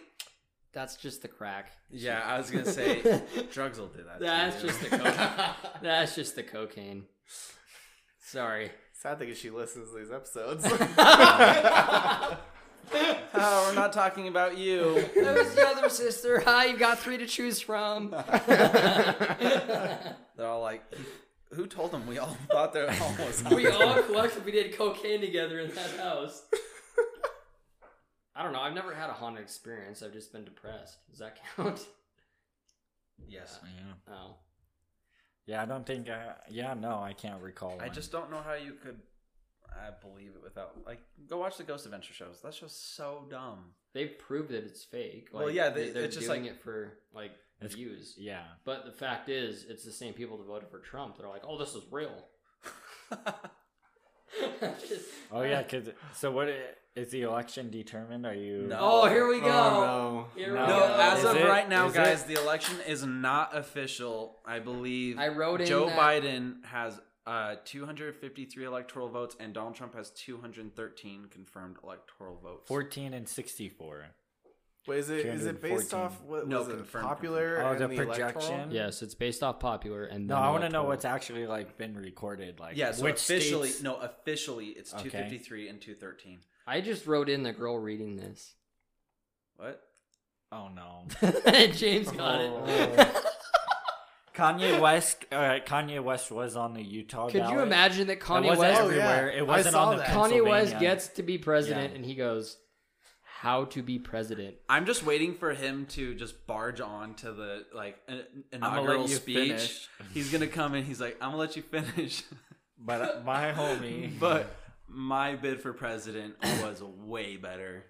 That's just the crack.
Yeah, I was
*laughs*
gonna say drugs will do that. to
That's
you.
just
*laughs*
the cocaine. That's just the cocaine. Sorry.
Sad thing is she listens to these episodes. *laughs*
oh, we're not talking about
*laughs*
you.
That was the other sister. Hi, you got three to choose *laughs* from.
They're all like, who told them we all *laughs* thought they're
*laughs*
almost.
we all collectively did cocaine together in that house. I don't know. I've never had a haunted experience. I've just been depressed. Does that count?
*laughs*
*laughs*
Yes.
Yeah.
Oh.
Yeah, I don't think. I, yeah, no, I can't recall.
I
one.
just don't know how you could uh, believe it without like go watch the Ghost Adventure shows. That's just so dumb.
They've proved that it's fake.
Well, yeah, they-
are
it's just
doing
like-
it for like
It's-
views.
Yeah.
But the fact is, it's the same people that voted for Trump. They're like, "Oh, this is *laughs* real."
Oh yeah, cause so what i- is the election determined? Are you?
No.
Oh, here we go.
Oh,
Here
No,
we
no,
go.
as
Is
of
it?
right now,
Is it?
guys, the election is not official. I believe
I wrote in
Joe
that-
Biden has uh, 253 electoral votes, and Donald Trump has 213 confirmed electoral votes.
Fourteen and sixty-four.
Wait, is it is it based
214.
off what
No,
was it
confirmed,
popular
confirmed. Oh,
and
the
electoral?
projection?
Yes, it's based off popular and
No,
then
I want to know
electoral.
what's actually like been recorded. Like,
Yeah, so
which
officially,
states-
no, officially, it's
Okay.
253 and 213.
I just wrote in the girl reading this. *laughs*
What?
Oh no.
James got it.
Oh.
*laughs* Kanye West. Uh, Kanye West was on the Utah.
Could you
ballot.
imagine that
It
Kanye
wasn't
West?
Oh, yeah.
everywhere.
I
It wasn't
saw
on the
that.
Kanye West
Pennsylvania.
gets to be president,
Yeah.
and he goes, "How to be president?"
I'm just waiting for him to just barge on to the like in-
gonna
inaugural
let you
speech.
finish.
He's gonna come in. He's like, "I'm gonna let you finish," *laughs*
But my homie.
but
*laughs*
my bid for president was way better.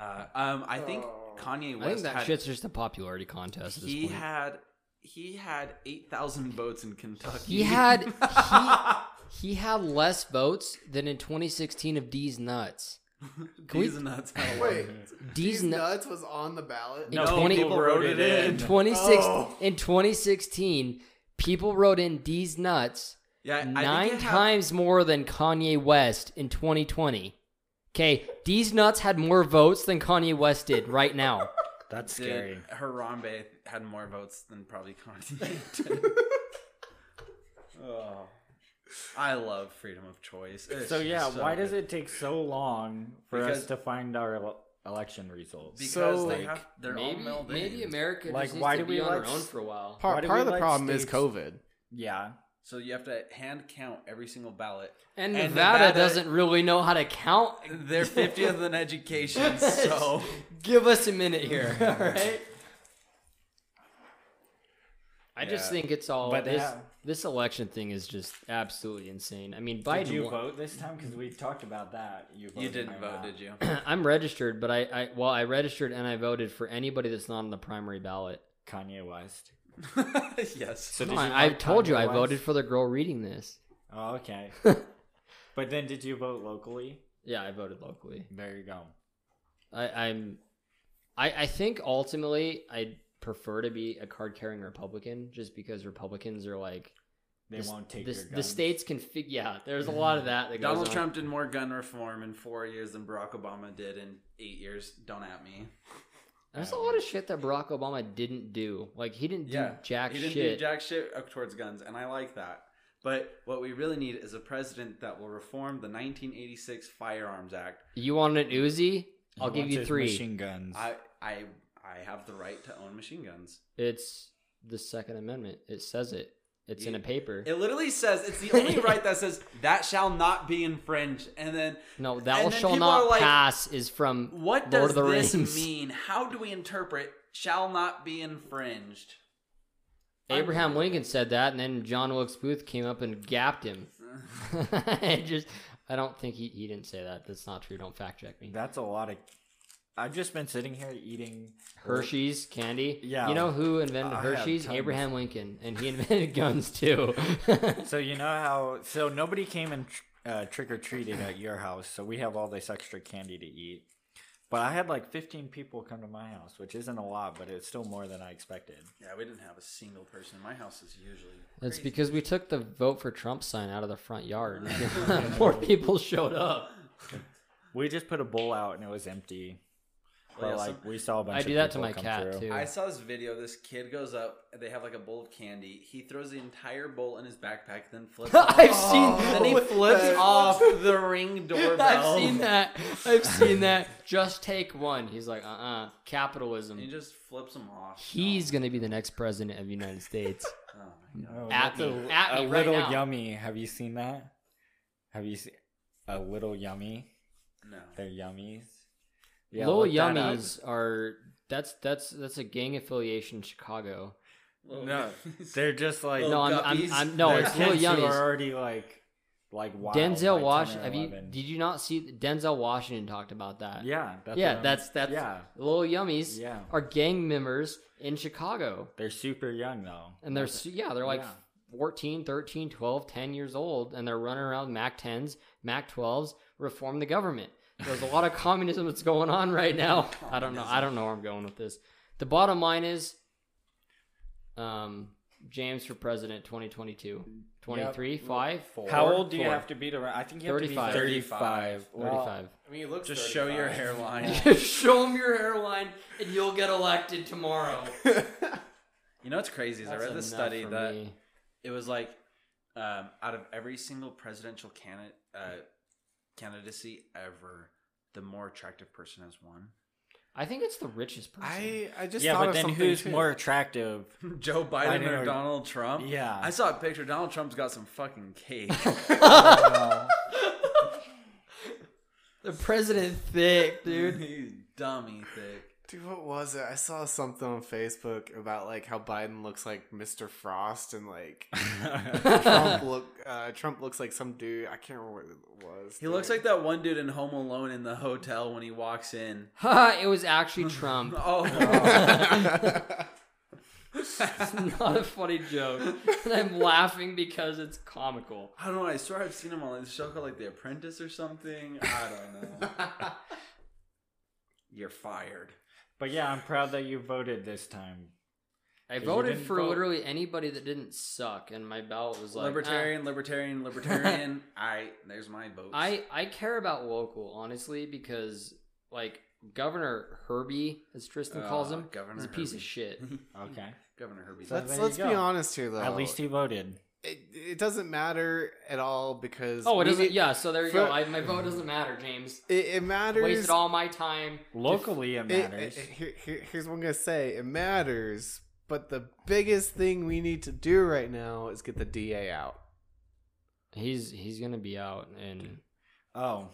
Uh, um, I think Kanye
I
West.
think that
had,
shit's just a popularity contest. At this
He
point.
had he had eight thousand votes in Kentucky.
he
*laughs*
had he, he had less votes than in 2016 of D's nuts.
These nuts. had a lot.
Wait,
D's
these nuts
nuts.
was on the ballot.
No, 20
people wrote it in.
26
Oh.
in 2016, people wrote in D's nuts
Yeah, I think
nine
it had-
times more than Kanye West in 2020. Okay, D's nuts had more votes than Kanye West did right now.
That's
Dude,
scary.
Harambe had more votes than probably Kanye. oh, I love freedom of choice. It's
So yeah,
so
why does
good.
it take so long for
Because-
us to find our ele- election results?
Because
So,
they
like,
have *laughs* they're
maybe,
all melded.
maybe America
Like,
just needs
why
to
do
be
we
on
like
our own
s-
for a while.
Part,
Why do
part
we
of the
like
problem is
states-
COVID.
yeah,
So you have to hand count every single ballot.
And Nevada,
And Nevada-
doesn't really know how to count. *laughs*
They're fiftieth in education, so
*laughs*
Give us a minute here, all right? I just
Yeah.
think it's all
But
this
yeah.
this election thing is just absolutely insane. I mean, Biden
Did you
won-
vote this time? Because we talked about that.
You
You, voted
didn't
or
vote,
not.
did you?
*clears throat* I'm registered, but I, I well, I registered and I voted for anybody that's not on the primary ballot.
Kanye West.
yes.
So
Come
did
on,
you
I
vote
told you
Kanye
I
West?
voted for the girl reading this.
Oh, okay. but then, did you vote locally?
Yeah, I voted locally.
There you go.
I, I'm, I, I think ultimately I prefer to be a card carrying Republican, just because Republicans are like
They
the s-
won't take
the,
your
the
guns.
states can figure. Yeah, there's a lot of that. that goes
Donald
on.
Trump did more gun reform in four years than Barack Obama did in eight years. Don't at me.
There's a lot of shit that Barack Obama didn't do. Like he didn't do jack
he didn't
shit.
do jack shit up towards guns, and I like that. But what we really need is a president that will reform the 1986 Firearms Act.
you want an Uzi? I'll
He
give
wants
you
his
three.
machine guns.
I I I have the right to own machine guns.
It's the Second Amendment. It says it. It's in
You-
a paper.
It literally says it's
*laughs*
the only right that says that shall not be infringed. And then
no,
and
thou
then
shall
people
not
are like,
pass is from
what
Lord
does
of the
this
Rings.
mean? How do we interpret shall not be infringed?
Abraham Lincoln said that, and then John Wilkes Booth came up and gapped him. *laughs* it just, I don't think he, he didn't say that. That's not true. Don't fact check me.
That's a lot of. I've just been sitting here eating
Hershey's candy.
Yeah.
You know who invented
I have
Hershey's?
tons.
Abraham Lincoln, and he *laughs* invented guns too. *laughs*
So you know how? So nobody came and tr- uh, trick or treated at your house, so we have all this extra candy to eat. But I had like 15 people come to my house, which isn't a lot, but it's still more than I expected.
Yeah, we didn't have a single person. My house is usually
That's
crazy.
because we took the vote for Trump sign out of the front
*laughs*
yard. *laughs* More people showed up.
We just put a bowl out and it was empty.
Well,
But
yeah,
like we saw a bunch.
I
of
do that to
people
my
come
cat
through.
too. *laughs*
I saw this video. This kid goes up. They have like a bowl of candy. He throws the entire bowl in his backpack, then
*laughs*
flips. off.
I've seen
Oh, *laughs*
Then he flips off the ring doorbell.
I've
*laughs*
seen that. I've seen that. Just take one. He's like, uh uh
And he
Capitalism.
just flips him off.
He's going to be the next president of the United
*laughs*
States.
Oh my god.
Oh,
At
that's
me.
a,
At me
a
right
little
now.
yummy. Have you seen that? Have you seen a little yummy?
No.
They're yummies.
Lil
look that up.
Yummies are. That's that's that's a gang affiliation in Chicago.
*laughs*
No, they're just like
Little
no, I'm,
guppies.
I'm, I'm no,
They're
it's Lil
kids who
Yummies.
are already like like wild,
Denzel
like
Washington.
10 or
Have you
11.
did you not see Denzel Washington talked about that?
yeah, that's
yeah,
what I'm-
that's that's
yeah,
Lil Yummies
yeah.
are gang members in Chicago.
They're super young though,
And they're su- yeah, they're like
Yeah.
fourteen, thirteen, twelve, ten 14, 13, 12, 10 years old and they're running around Mac 10s, Mac 12s, reform the government. There's a lot of communism that's going on right
*laughs*
now. I don't know. I don't know where I'm going with this. The bottom line is um James for president 2022. 23, 5, 4.
How old do you
four,
have to be to run? I think you have to
35.
be thirty-five.
35.
I mean, it looks.
Just show your hairline.
*laughs* Show them your hairline and you'll get elected tomorrow.
*laughs* You know what's crazy is I read
That's
this
enough
study
for
that
me.
it was like um, out of every single presidential candidate uh, candidacy ever, the more attractive person has won.
I think it's the richest
*laughs*
person.
I I just
yeah,
thought
but
of
then
something
who's
too.
more *laughs* attractive?
*laughs* Joe Biden
Biden
or
or-
Donald Trump?
Yeah.
I saw a picture. Donald Trump's got some fucking *laughs* cake.
the president thick, dude.
He's dummy thick.
Dude, what was it? I saw something on Facebook about like how Biden looks like Mr. Frost and
*laughs*
like Trump look uh, Trump looks like some dude. I can't remember what it was.
He looks
dude.
like that one dude in Home Alone in the hotel when he walks in. *laughs*
*laughs* it was actually Trump. *laughs*
Oh,
*laughs*
It's not a funny joke. And I'm laughing because it's comical.
*laughs* I don't know. I swear I've seen him on this show called like The Apprentice or something. I don't know. *laughs* You're fired.
but yeah, I'm proud that you voted this time.
I
You
voted
didn't
for
vote.
literally anybody that didn't suck, and my ballot was like ah.
libertarian, *laughs* libertarian, libertarian. I there's my vote.
I I care about local honestly because like Governor Herbie, as Tristan
Uh,
calls him,
Governor
is a piece
Herbie.
of shit.
Okay,
Governor Herbie.
So-
Let's
there you
let's be
go.
honest here though.
at least he voted.
it, it doesn't matter at all because
Oh, it
maybe-
doesn't. Yeah, so there you go.
for-
I, my vote doesn't matter, James.
It, it matters.
Wasted all my time.
Locally, it
It-
matters.
it- here, here- here's what I'm gonna say. It matters, but the biggest thing we need to do right now is get the DA out.
He's he's gonna be out, and
oh,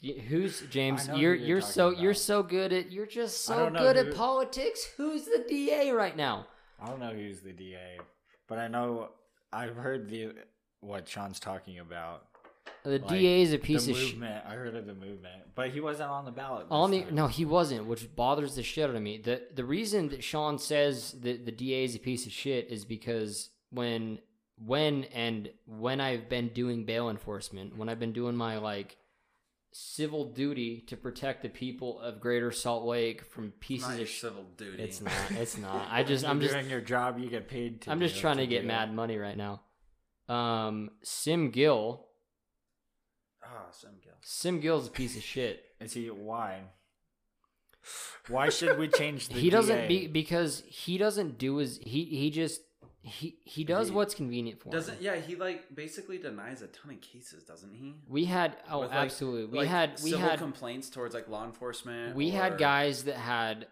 Y- who's James?
know
You're
who
you're,
you're talking
so you're
about.
so good at you're just
I
so
don't know
good at
who-
politics. Who's the DA right now?
I don't know who's the DA, but I know I've heard the what Sean's talking about.
The
Like,
DA is a piece
the
of shit.
movement. I heard of the movement, but he wasn't on the ballot. this
On the
time.
no, he wasn't, which bothers the shit out of me. the The reason that Sean says that the DA is a piece of shit is because when, when, and when I've been doing bail enforcement, when I've been doing my like civil duty to protect the people of Greater Salt Lake from
Not
pieces
your
of shit.
civil duty.
It's not. It's
*laughs*
not.
*laughs*
I just.
You're
I'm just.
doing your job. You get paid. to
I'm just
do-
trying to
do
get
it.
mad money right now. Um, Sim Gill.
Ah, some guy.
Sim Gill's a piece of
*laughs*
shit.
Is he why? Why should
*laughs*
we change the?
he doesn't be
DA?
because he doesn't do his he he just he he does
He-
what's convenient for him.
Doesn't yeah? He like basically denies a ton of cases, doesn't he?
We had oh
With, like-
absolutely we
like,
had we
civil
had
complaints towards like law enforcement.
we
or-
had guys that had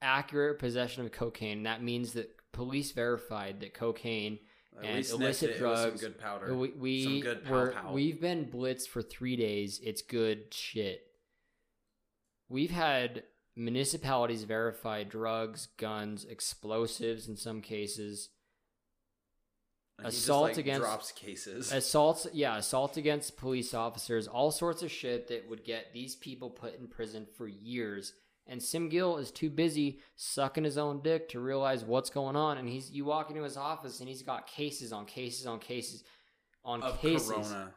accurate possession of cocaine. That means that police verified that cocaine.
like, we
and
sniffed
illicit
it, it was
drugs.
some good powder.
We, we
some good pow
were
pow.
we've been blitzed for three days. It's good shit. We've had municipalities verify drugs, guns, explosives in some cases.
And he just,
assault
like,
against-
drops cases.
assaults yeah assaults against police officers all sorts of shit that would get these people put in prison for years and sim gill is too busy sucking his own dick to realize what's going on and he's you walk into his office and he's got cases on cases on cases on
of
cases *laughs*
corona.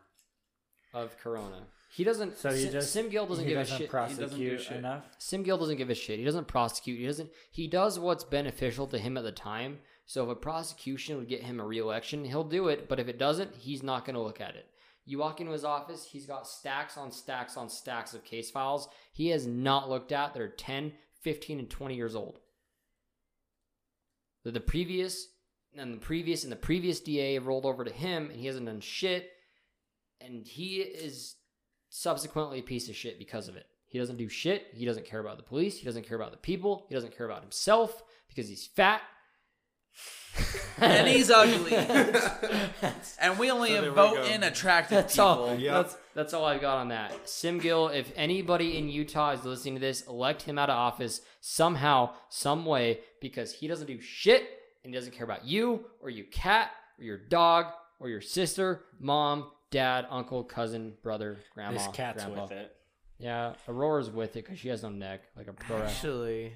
of corona he doesn't
So he
Sim-
just
sim gill doesn't
he
give
doesn't
a shit
Prosecute
He doesn't do shit.
enough.
Sim Gill doesn't give a shit. He doesn't prosecute. He doesn't. He does what's beneficial to him at the time. So if a prosecution would get him a reelection, he'll do it. But if it doesn't, he's not going to look at it. You walk into his office, he's got stacks on stacks on stacks of case files he has not looked at that are 10, 15, and 20 years old. The, the previous and the previous and the previous DA have rolled over to him and he hasn't done shit. And he is subsequently a piece of shit because of it. He doesn't do shit. He doesn't care about the police. He doesn't care about the people. He doesn't care about himself because he's fat. *laughs*
and he's ugly. *laughs* and we only
So there we
vote
go.
in attractive
That's
people.
all.
Yep.
That's that's all I've got on that. Sim Gill, if anybody in Utah is listening to this, elect him out of office somehow, some way, because he doesn't do shit and he doesn't care about you or your cat or your dog or your sister, mom, dad, uncle, cousin, brother, grandma.
This cat's
grandpa.
with it.
Yeah, Aurora's with it because she has no neck like a pro.
Actually,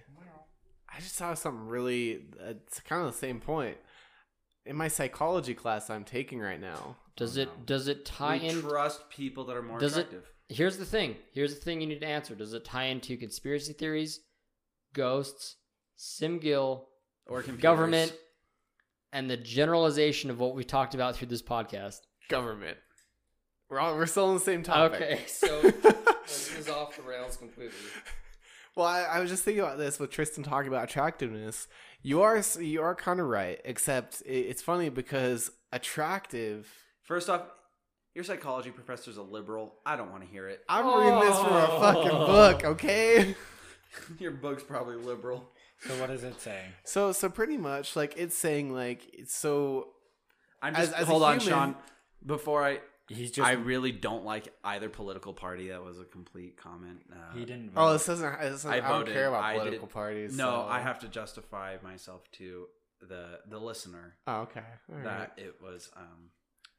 I just saw something really. It's kind of the same point. In my psychology class I'm taking right now,
Does it does it tie
we
in?
trust people that are more
Does it-
attractive.
Here's the thing. Here's the thing you need to answer. Does it tie into conspiracy theories, ghosts, Sim Gill,
Or computers.
government and the generalization of what we talked about through this podcast.
government. We're all we're still on the same topic.
*laughs*
*laughs*
so this is off the rails completely.
Well, I, I was just thinking about this with Tristan talking about attractiveness. You are s- you are kind of right, except it, it's funny because attractive.
First off, your psychology professor's a liberal. I don't want to hear it. *laughs*
I'm reading this from a
Oh.
fucking book, okay? *laughs*
your book's probably liberal.
So what does it say?
So so pretty much like it's saying like it's so
I'm
As-
just
as a
hold on,
human-
Sean. Before I,
He's just
I really don't like either political party. That was a complete comment. Uh,
he didn't.
oh
vote.
this doesn't, it doesn't I,
I
don't
voted.
care about
I did-
political parties.
No,
so-
I have to justify myself to the the listener
Oh, okay. All right.
that it was um,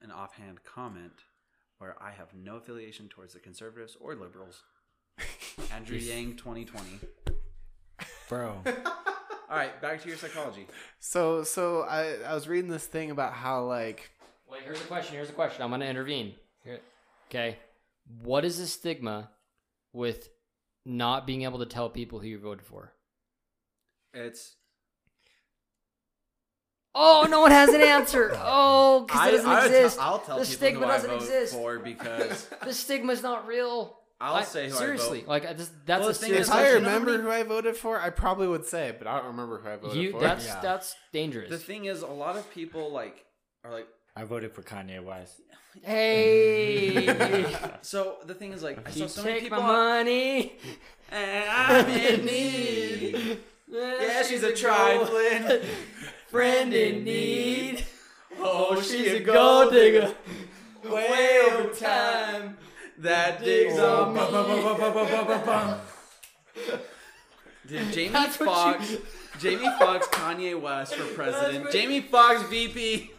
an offhand comment where I have no affiliation towards the conservatives or liberals. Andrew Yang, 2020.
*laughs* bro.
All right, back to your psychology.
So so I I was reading this thing about how like
Wait, here's a question. Here's a question. I'm going to intervene. Here- Okay. What is the stigma with not being able to tell people who you voted for?
It's
Oh, no one has an answer. Oh, because it doesn't
I,
exist.
I'll, tell
the
people
stigma
who
doesn't
I vote
exist. *laughs*
for because
The stigma's not real.
I'll
I-
say who I
seriously.
vote.
Like I just, that's
Well,
a
the thing
serious.
is,
if I
like, you know how
remember
many-
who I voted for, I probably would say, but I don't remember who I voted
you
for.
that's
Yeah.
that's dangerous.
the thing is, a lot of people like are like.
I voted for Kanye
*laughs*
West.
*laughs* Hey,
So the thing is, like, *laughs* I saw
you
so many
take my
people. on-
money.
and
*laughs*
I'm in need. Yeah, she's a *laughs* trifling
friend in need.
Oh,
She's a gold digger.
Way over time that digs
Oh. *laughs*
on. bum, bum, bum, bum, bum, bum, bum, bum, bum. Dude, Jamie
That's what
Foxx,
you-
Jamie Foxx, Kanye West for president.
what
Jamie Foxx, VP.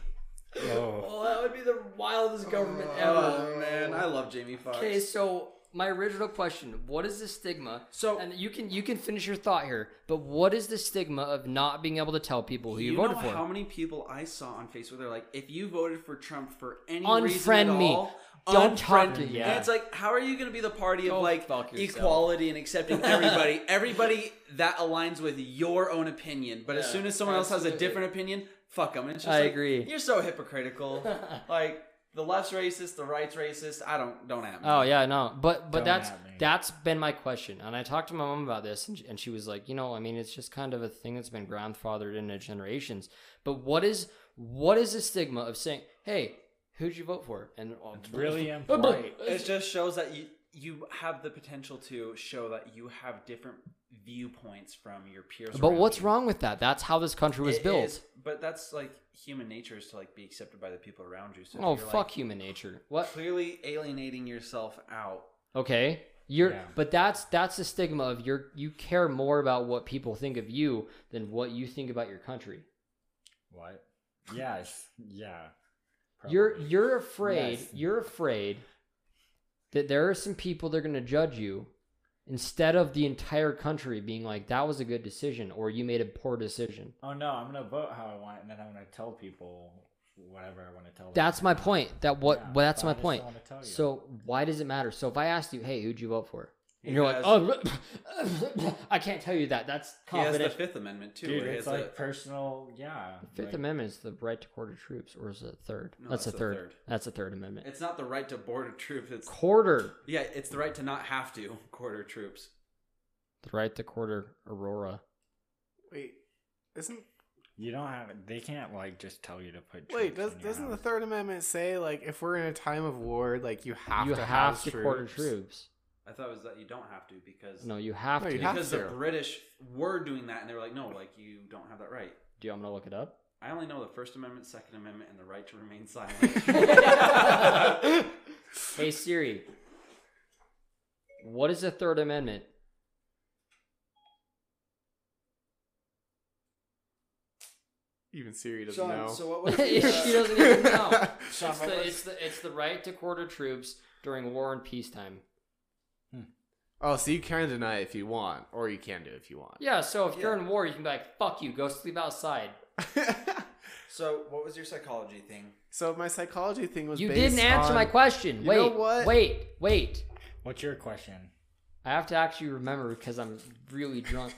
Oh.
Oh, that would be the wildest government
Oh man, I love Jamie Foxx.
Okay, so my original question: What is the stigma?
So-
and you can you can finish your thought here, but what is the stigma of not being able to tell people who you,
you
voted
know
for?
how many people I saw on Facebook? They're like, if you voted for Trump for any reason at
Unfriend me.
all,
Don't talk
unfriend
to
me.
me.
And it's like, how are you going to be the party of
Go
like
fuck yourself.
equality
*laughs*
and accepting everybody? everybody that aligns with your own opinion, but as
Yeah,
soon as someone else has a
absolutely.
different opinion, fuck them. And it's just
I
like,
agree.
You're so
*laughs*
hypocritical. like the left's racist, the right's racist. I don't don't at me.
Oh yeah, no, but but
Don't
that's
at me.
that's been my question, and I talked to my mom about this, and she, and she was like, you know, I mean, it's just kind of a thing that's been grandfathered into generations. But what is what is the stigma of saying, hey, who'd you vote for? And oh,
It's really impolite.
It just shows that you you have the potential to show that you have different viewpoints from your peers.
But
around
what's
you.
wrong with that? That's how this country was
It
built.
is, but that's like human nature is to like be accepted by the people around you. So if
oh
you're,
fuck
like,
human nature. What?
Clearly alienating yourself out.
Okay. You're
Yeah.
but that's that's the stigma of your you care more about what people think of you than what you think about your country.
What? Yes. Yeah.
You're
Probably.
you're afraid
Yes.
you're afraid that there are some people that are gonna judge you instead of the entire country being like that was a good decision or you made a poor decision.
Oh no, I'm gonna vote how I want, and then I'm gonna tell people whatever I want to tell them.
That's my point. That what
Yeah,
well, that's
but I
my
just
point.
don't wanna tell you.
So why does it matter? So if I asked you, hey, who'd you vote for? And you're
He
like, oh, *laughs* I can't tell you that. That's
He has the
confidential.
Fifth Amendment too.
dude,
where he
it's
has
like
the-
personal. Yeah.
Fifth
like,
Amendment is the right to quarter troops, or is it third?
No,
that's the
it's the
third.
third.
That's the third amendment.
it's not the right to border troops. It's
quarter.
yeah, it's the right to not have to quarter troops.
The right to quarter Aurora.
Wait, isn't
You don't have. They can't like just tell you to put.
wait? Does,
troops in your
doesn't the
house.
Third Amendment say like if we're in a time of war, like you have
you
to
have
house
to
troops?
quarter
*laughs*
troops.
I thought it was that you don't have to because
No, you have
No,
to.
you have-
because the
to.
British were doing that and they were like, no, like you don't have that right.
Do you want me to look it up?
I only know the First Amendment, Second Amendment, and the right to remain silent.
*laughs*
Hey Siri, what is the third amendment?
*laughs* Even Siri doesn't
Sean,
know.
*laughs*
so what was
she
the, uh,
doesn't
*laughs*
even know.
Sean, what
It's the,
was-
it's, the, it's the right to quarter troops during war and peacetime.
Oh, so you can deny if you want, or you can do if you want.
Yeah, so if you're in war, you can be like, fuck you, go sleep outside.
so what was your psychology thing?
*laughs* so my psychology thing was
You
based
didn't answer
on-
my question.
You
wait,
know what?
wait, wait.
What's your question?
I have to actually remember because I'm really
*laughs*
drunk.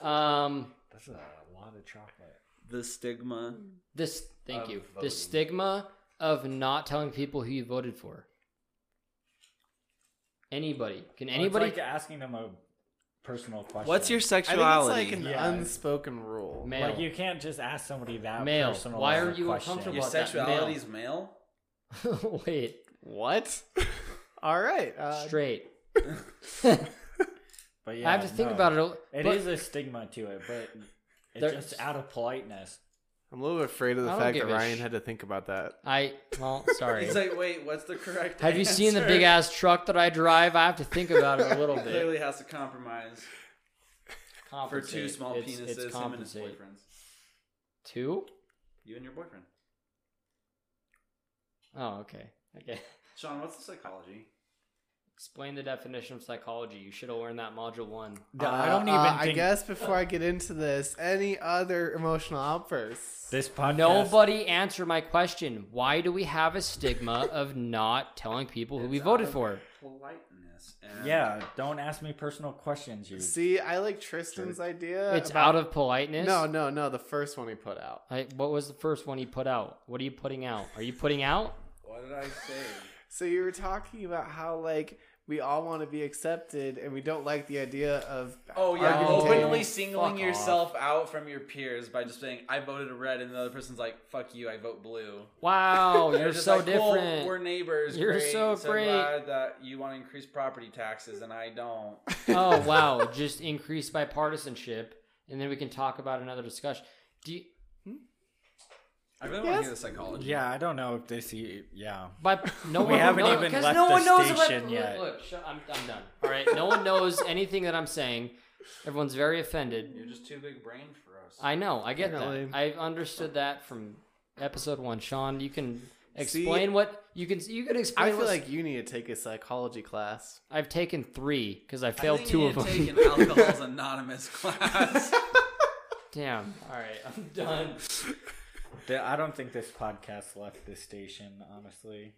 um,
That's a lot of chocolate.
The stigma.
this, thank
Of
you.
voting.
The stigma of not telling people who you voted for. Anybody? Can
Well, it's
anybody?
like asking them a personal question?
I think it's like an
Yeah.
unspoken rule.
male.
Like you can't just ask somebody that
Male.
personal.
Why
of a
are you
question.
uncomfortable
Your
about that
sexuality
male.
is male?
*laughs* wait,
What? *laughs* All right. Uh,
straight.
But yeah,
I have to think
no.
about it. a-
It
but
is a stigma to it, but it's
There's-
just out of politeness.
I'm a little afraid of the
I don't
fact
give
that
a
Ryan
sh-
had to think about that.
I
*laughs*
well, sorry.
He's like, wait, what's the correct?
have you seen the
answer?"
big ass truck that I drive? I have to think about it a
*laughs*
little
He
bit.
Clearly has to compromise for two
Compensate.
small
It's-
penises.
it's
him and his
compensate.
boyfriends.
Two?
You and your boyfriend.
Oh, okay. Okay. *laughs*
Sean, what's the psychology?
Explain the definition of psychology. You should have learned that module one.
No,
Uh,
I don't even.
uh, I
think
guess before I get into this, any other emotional outbursts?
this podcast.
Nobody answer my question. Why do we have a stigma of not telling people who we
It's
voted
out of
for?
Politeness. And
Yeah, don't ask me personal questions. You.
See, I like Tristan's idea.
It's
about-
out of politeness.
No, no, no. The first one he put out.
I, what was the first one he put out? What are you putting out? Are you putting out?
What did I
*laughs*
say?
So you were talking about how like we all want to be accepted, and we don't like the idea of
Oh yeah,
Argument
openly
table.
singling
Fuck
yourself out from your peers by just saying I voted red, and the other person's like, "Fuck you, I vote blue."
Wow,
They're
you're
just
so
like, "Well,
different.
we're neighbors.
You're
great,
so great."
glad that you want to increase property taxes, and I don't.
*laughs* oh wow, just increase bipartisanship, and then we can talk about another discussion. Do you,
I really want to
Yes.
hear the psychology.
Yeah, I don't know if this. e- Yeah.
By no
We
one
haven't
no,
even
because
left
no
the
one knows
station
about,
yet.
Look, look, shut- I'm, I'm done. All right, no one knows anything that I'm saying. Everyone's very offended.
You're just too big brained for us.
I know. I get
Apparently.
that. I've understood that from episode one. Sean, you can
See-
explain what you can. You could explain.
I feel
what's-
like you need to take a psychology class.
I've taken three because I
I
failed
think
two
you
of
need
them. *laughs*
to Take an Alcohol's Anonymous class.
Damn. All right, I'm done.
The- I don't think this podcast left this station, honestly.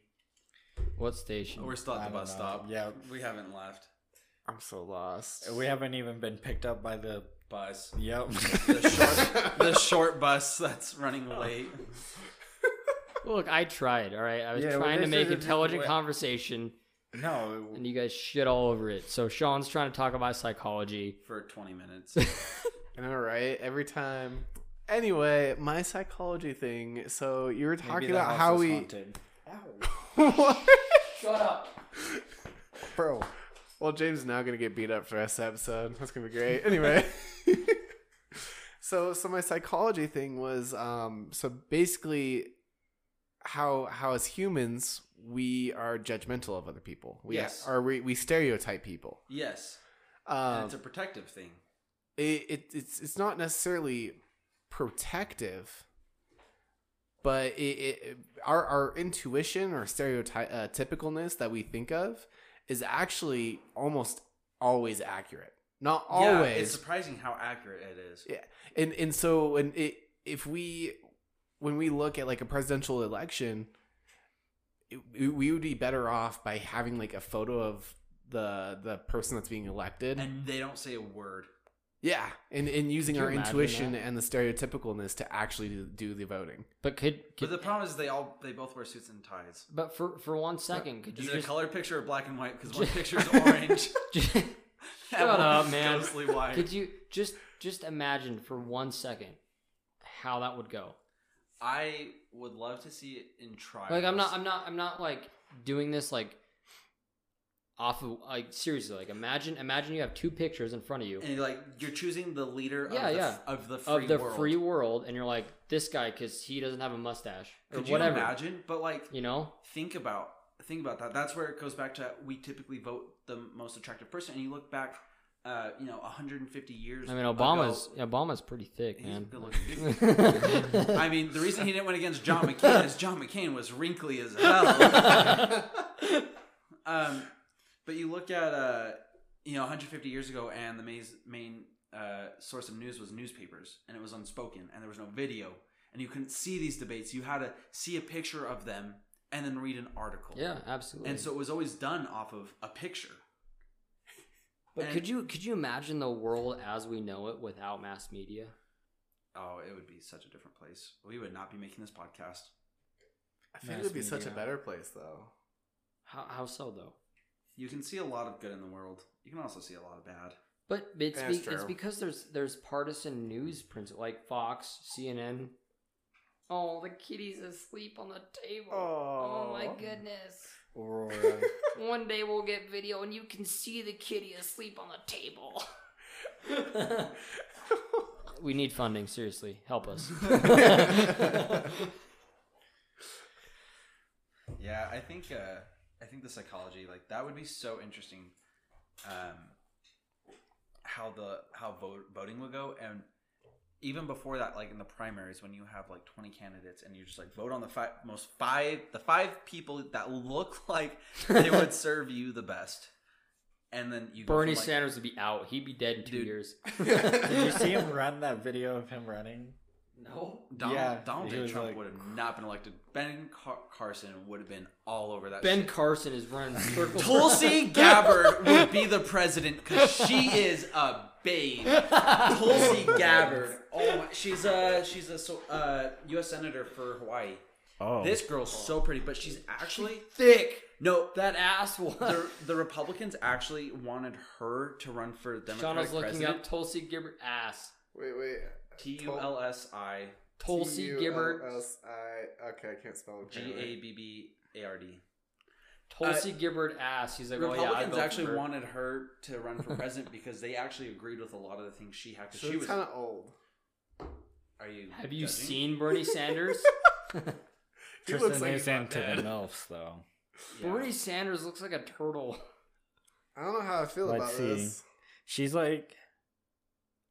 What station?
We're still at
I
the
don't
bus
know.
stop.
Yeah.
we haven't left.
I'm so lost.
We haven't even been picked up by the.
*laughs*
Bus.
Yep.
The short, the short bus that's running late.
Look, I tried. All right, I was
Yeah, well,
trying to
this
make
is a
intelligent
different way.
conversation,
no.
and you guys shit all over it. So Sean's trying to talk about psychology.
for 20 minutes.
I know, right? Every time. Anyway, my psychology thing. So you were talking
the
about
house
how
is
we.
haunted.
*laughs*
*laughs*
What?
Shut up.
Bro.
Well, James is now gonna get beat up for this episode. That's gonna be great.
*laughs*
Anyway, *laughs* so so my psychology thing was um so basically how how as humans we are judgmental of other people. We
Yes.
Are we we stereotype people?
yes. and
Um,
it's a protective thing.
it, it it's it's not necessarily protective, but it, it it- our our intuition or stereotype uh, typicalness that we think of is actually almost always accurate. Not
Yeah,
always,
it's surprising how accurate it is.
Yeah. and and so when it if we when we look at like a presidential election it- it- we would be better off by having like a photo of the the person that's being elected
And they don't say a word.
yeah and and using
Can you
our
imagine
intuition
that?
and the stereotypicalness to actually do, do the voting
But could, could
But the problem is they all they both wear suits and ties.
but for for one second, could
Is
you
it a
just *laughs*
color picture or black and white? Because one picture's orange. *laughs*
Shut
and one's
up, man.
Ghostly white.
Could you just just imagine for one second how that would go?
I would love to see it in trials.
Like I'm not I'm not I'm not like doing this like off of like seriously like imagine imagine you have two pictures in front of you
And you're like you're choosing the leader
Yeah,
of, the,
yeah.
of the free
of the
world.
free world and you're like this guy cuz he doesn't have a mustache or
Could you
whatever.
imagine? But like
You know?
think about think about that. That's where it goes back to we typically vote the most attractive person, and you look back, uh, you know, 150 years.
I mean
ago-
Obama's Obama's pretty thick,
He's
man. *laughs*
good looking. I mean, the reason he didn't win against John McCain is John McCain was wrinkly
*laughs*
as hell. um, but you look at uh, you know 150 years ago, and the main main uh, source of news was newspapers, and it was unspoken, and there was no video, and you couldn't see these debates. You had to see a picture of them and then read an article.
yeah, absolutely.
And so it was always done off of a picture.
but
and-
could you could you imagine the world as we know it without mass media?
Oh, it would be such a different place. We would not be making this podcast.
i think it
Mass
would be such a
media.
better place *laughs* though
How how so though?
You can see a lot of good in the world. You can also see a lot of bad.
But it's
That's
be- it's
true.
because there's there's partisan news principle like Fox, CNN. Oh, the kitty's asleep on the table. Oh, my
Aw.
goodness.
Aurora.
*laughs* One day we'll get video and you can see the kitty asleep on the table. *laughs* we need funding, seriously. Help us.
Yeah, I think uh, I think the psychology like that would be so interesting. Um, how the how vote, voting would go, and even before that, like in the primaries, when you have like twenty candidates, and you just like vote on the five most five the five people that look *laughs* like they would serve you the best, and then you go
Bernie
from, like-
Sanders would be out. He'd be dead in two
Dude.
years.
Did you see him run that video of him running?
No.
Donald,
Yeah,
Donald
he
J.
was
Trump
like-
would have not been elected. Ben Car- Carson would have been all over that.
Ben
shit.
Carson is running circles.
Tulsi Gabbard would be the president because she is a babe. Tulsi Gabbard. Oh my, she's a she's a so, uh, U.S. senator for Hawaii.
Oh.
This girl's so pretty, but she's actually
thick.
no.
*laughs* That ass was.
The, the Republicans actually wanted her to run for Democratic
Shauna's looking up
president.
Tulsi Gibbard ass.
wait wait
T U L S I
Tulsi Gibbard.
T-U-L-S-I okay i can't spell
G A B B A R D.
Tulsi Gibbard ass. He's like, oh yeah, I
Uh, Republicans
voted
actually
for her.
wanted her to run for president because they actually agreed with a lot of the things she had. 'cause
so
she
it's
was.
kind of old
Are you?
Have you
judging?
seen Bernie
*laughs*
Sanders?
he
Tristan
looks like
is
he's not
into
dead.
the MILFs, though.
Yeah.
Bernie Sanders looks like a turtle.
i don't know how i feel
Let's
about
see.
this
She's like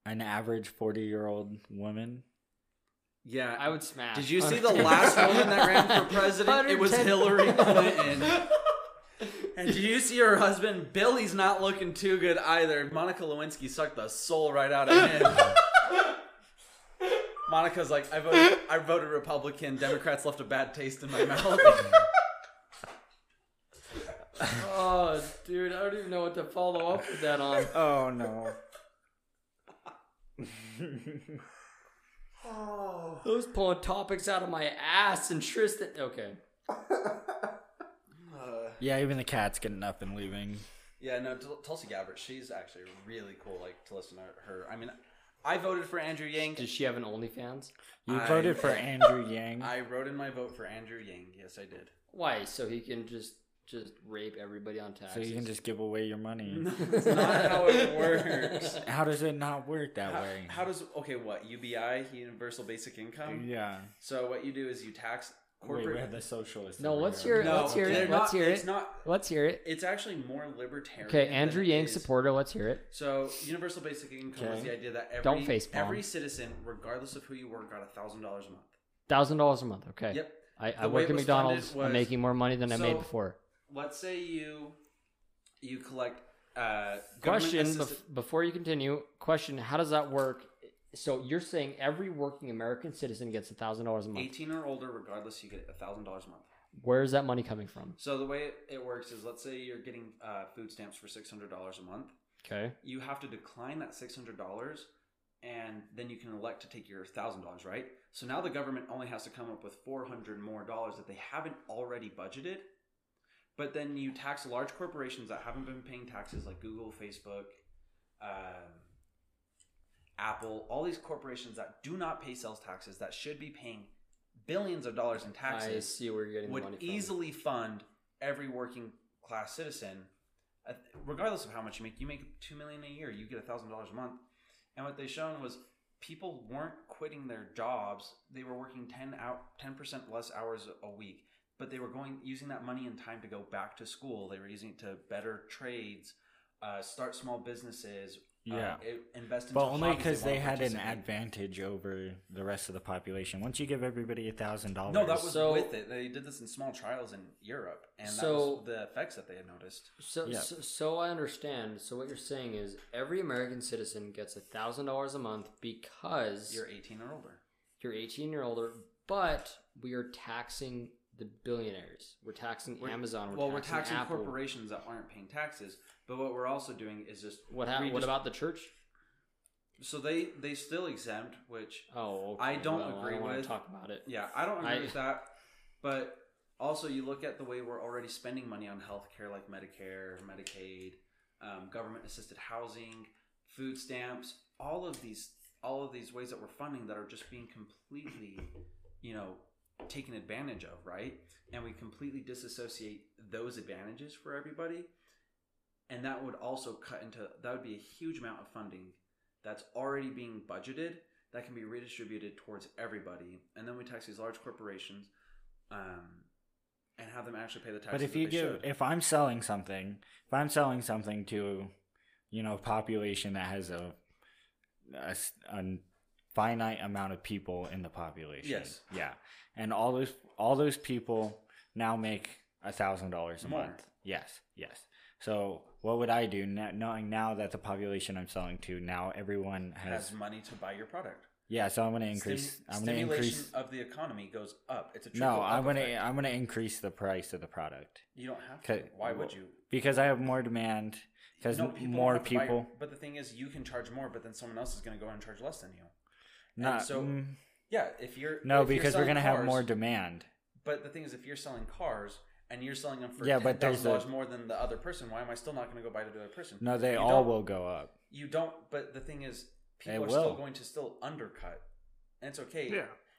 an average forty-year-old woman.
Yeah,
I would smash.
Did
*laughs*
you see the last woman that ran for president? It was
110.
Hillary Clinton.
*laughs*
And did you see her husband? Billy's not looking too good either. Monica Lewinsky sucked the soul right out of
*laughs*
him. Monica's like, I voted, I voted Republican. Democrats left a bad taste in my mouth.
*laughs* Oh, dude, I don't even know what to follow up with that
*laughs*
on.
Oh no.
Those pulling topics out of my ass and Tristan. Okay.
yeah, even the cat's getting up and leaving.
yeah, no, Tul- Tulsi Gabbard, she's actually really cool. Like to listen to her. I mean, I voted for Andrew Yang.
Does she have an OnlyFans?
You
I- *laughs*
voted for Andrew Yang.
I wrote in my vote for Andrew Yang. Yes, I
*laughs*
did.
Why? So he can just just rape everybody on taxes.
so you
*laughs*
can just give away your money.
That's not how *laughs* it works.
How does it not work that
How,
way?
how does okay what UBI Universal Basic Income?
yeah.
So what you do is you tax
Wait,
corporate.
we're the socialists.
No,
over
what's
here.
your- Let's hear it,
they're
let's
not-
hear
It's
it.
not.
Let's hear it.
It's actually more libertarian.
Okay,
than
Andrew
it
Yang
is.
supporter. Let's hear it.
So universal basic income is
Okay.
the idea that every
Don't facepalm.
every citizen, regardless of who you were, got a thousand dollars a month.
Thousand dollars a month. Okay.
Yep.
I, I
The way
work at
it was
McDonald's.
funded
I'm
was-
making more money than I
So-
made before.
Let's say you you collect uh, government
Question
assisted-
bef- before you continue. Question: How does that work? So you're saying every working American citizen gets a thousand dollars a month?
eighteen or older, regardless, you get a thousand dollars a month.
Where is that money coming from?
So the way it works is, let's say you're getting uh, food stamps for six hundred dollars a month.
Okay.
you have to decline that six hundred dollars, and then you can elect to take your thousand dollars, right? So now the government only has to come up with four hundred more dollars that they haven't already budgeted. But then you tax large corporations that haven't been paying taxes, like Google, Facebook, um, Apple, all these corporations that do not pay sales taxes that should be paying billions of dollars in
I
taxes
see where you're getting
would
the money from.
easily fund every working class citizen, uh, regardless of how much you make. You make two million a year, you get a thousand dollars a month. And what they shown was people weren't quitting their jobs; they were working ten out ten percent less hours a week, but they were going using that money and time to go back to school. They were using it to better trades, uh, start small businesses. uh,
Yeah.
i- invest in
But only because they had an advantage over the rest of the population. Once you give everybody a thousand dollars,
No, that was
So-
with it. They did this in small trials in Europe, and that
So-
was the effects that they had noticed.
So,
Yeah.
so, so I understand. So what you're saying is every American citizen gets a thousand dollars a month because
You're 18 or older.
you're 18 year older, but we are taxing the billionaires. We're taxing Amazon. We're
well,
taxing
we're taxing
Apple.
corporations that aren't paying taxes, but what we're also doing is just
What
we
happened? What
just-
about the church?
So they they still exempt, which
Oh, okay.
I don't
well,
agree
I don't Want
with-
to talk about it.
yeah, I don't agree
I-
with that. But also, you look at the way we're already spending money on healthcare, like Medicare, Medicaid, um, government assisted housing, food stamps, all of these all of these ways that we're funding that are just being completely, you know, taken advantage of, right? And we completely disassociate those advantages for everybody. And that would also cut into that would be a huge amount of funding that's already being budgeted that can be redistributed towards everybody. And then we tax these large corporations um, and have them actually pay the taxes.
But if
that
you
they
give,
should.
if I'm selling something, if I'm selling something to, you know, a population that has a, a s- a finite amount of people in the population.
Yes.
Yeah, and all those all those people now make a thousand dollars a
More.
month. Yes. Yes. So what would I do now, knowing now that the population I'm selling to now everyone has,
has money to buy your product.
yeah. So I'm gonna
Stim-
increase. I'm gonna
stimulation
increase.
of the economy goes up. It's a trickle
No,
up
I'm gonna
effect.
I'm gonna increase the price of the product.
You don't have to.
'Kay,
Why would
well,
you?
because I have more demand. Because
No, people
more
don't have to buy your-
people,
but the thing is, you can charge more, but then someone else is going to go and charge less than you. and
not
so-
mm,
Yeah, if you're
no,
if you're
because we're
selling
gonna have
cars-
more demand.
But the thing is, if you're selling cars and you're selling them for
Yeah,
yeah,
but there's
dollars
a-
more than the other person, why am I still not going to go buy to the other person?
No, they
You
all
don't-
will go up.
You don't. But the thing is,
They
people are still
will.
going to still undercut, and it's okay.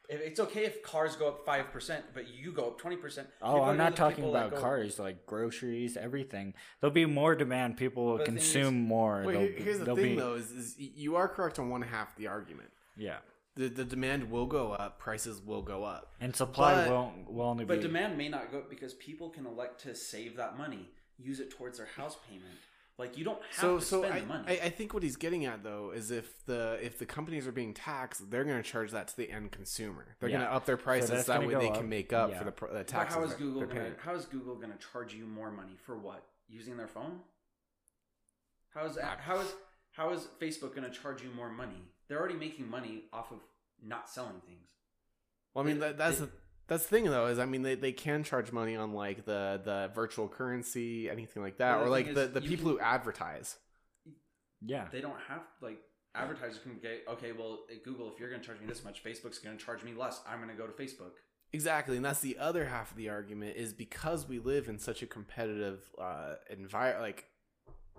If, it's okay if cars go up five percent, but you go up twenty percent.
Oh, I'm not talking about cars, like groceries, everything. There'll be more demand. People will
But the thing is-
consume more.
Well,
They'll-
here- here's the
they'll
thing,
be-
though, is, is y- you are correct on one half the argument.
Yeah,
The, the demand will go up, prices will go up.
and supply
But-
will will only
But
be.
demand may not go up because people can elect to save that money, use it towards their house payment, Like you don't have
so
to
so
spend
I,
the money.
I, I think what he's getting at though is if the if the companies are being taxed, they're going to charge that to the end consumer. They're going
Yeah.
to up their prices
that's
that
gonna
way
go
they
up.
can make up
Yeah.
for the, pr- the
but
taxes.
how is
that
Google
they're
gonna,
paying.
how is Google going to charge you more money for what? Using their phone? How is how is how is Facebook going to charge you more money? They're already making money off of not selling things.
Well, I mean
They-
that, that's
they-
the that's the thing though is I mean they, they can charge money on like the the virtual currency anything like that
Well, the
or like
thing
the
is,
the
you
people
can-
who advertise.
Yeah.
They don't have like advertisers can get okay. Well, at Google, if you're going to charge me this much, Facebook's going to charge me less. I'm going to go to Facebook.
Exactly, and that's the other half of the argument is because we live in such a competitive uh envir like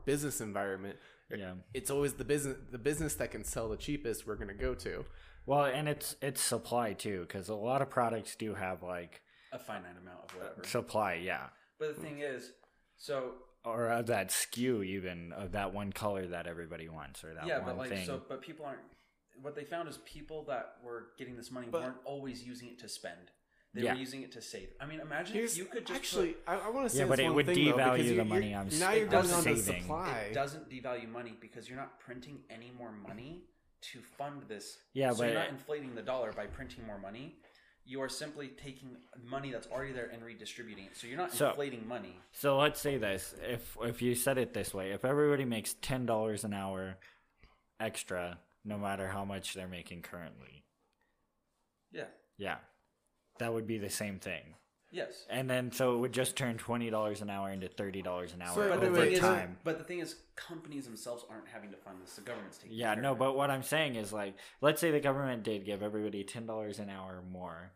business environment.
Yeah.
It's always the business the business that can sell the cheapest we're going to go to.
Well, and it's it's supply too, because a lot of products do have like
A finite amount of whatever.
supply. Yeah.
but the thing is, so
Or of that skew, even of that one color that everybody wants, or that
yeah,
one
but like
thing.
so, but people aren't. What they found is people that were getting this money
But-
weren't always using it to spend. They
Yeah.
were using it to save. I mean, imagine
Here's,
if you could just
actually
put-
I, I want to say
Yeah,
this
but it
one
would
thing, though,
devalue
because
the
you're-
money
you're-
I'm s-
now
it
you're going
doesn't
on to
saving.
supply.
it doesn't devalue money because you're not printing any more money to fund this.
Yeah,
so you're
but-
not inflating the dollar by printing more money. You are simply taking money that's already there and redistributing it. So you're not
So-
inflating money.
So let's say this: if if you said it this way, if everybody makes ten dollars an hour extra, no matter how much they're making currently,
Yeah.
yeah, that would be the same thing.
Yes.
And then so it would just turn twenty dollars an hour into thirty dollars an hour
So-
But the,
over
thing is,
time.
but the thing is, companies themselves aren't having to fund this. The government's taking.
yeah,
care
no,
of it.
but what I'm saying is like, let's say the government did give everybody ten dollars an hour more,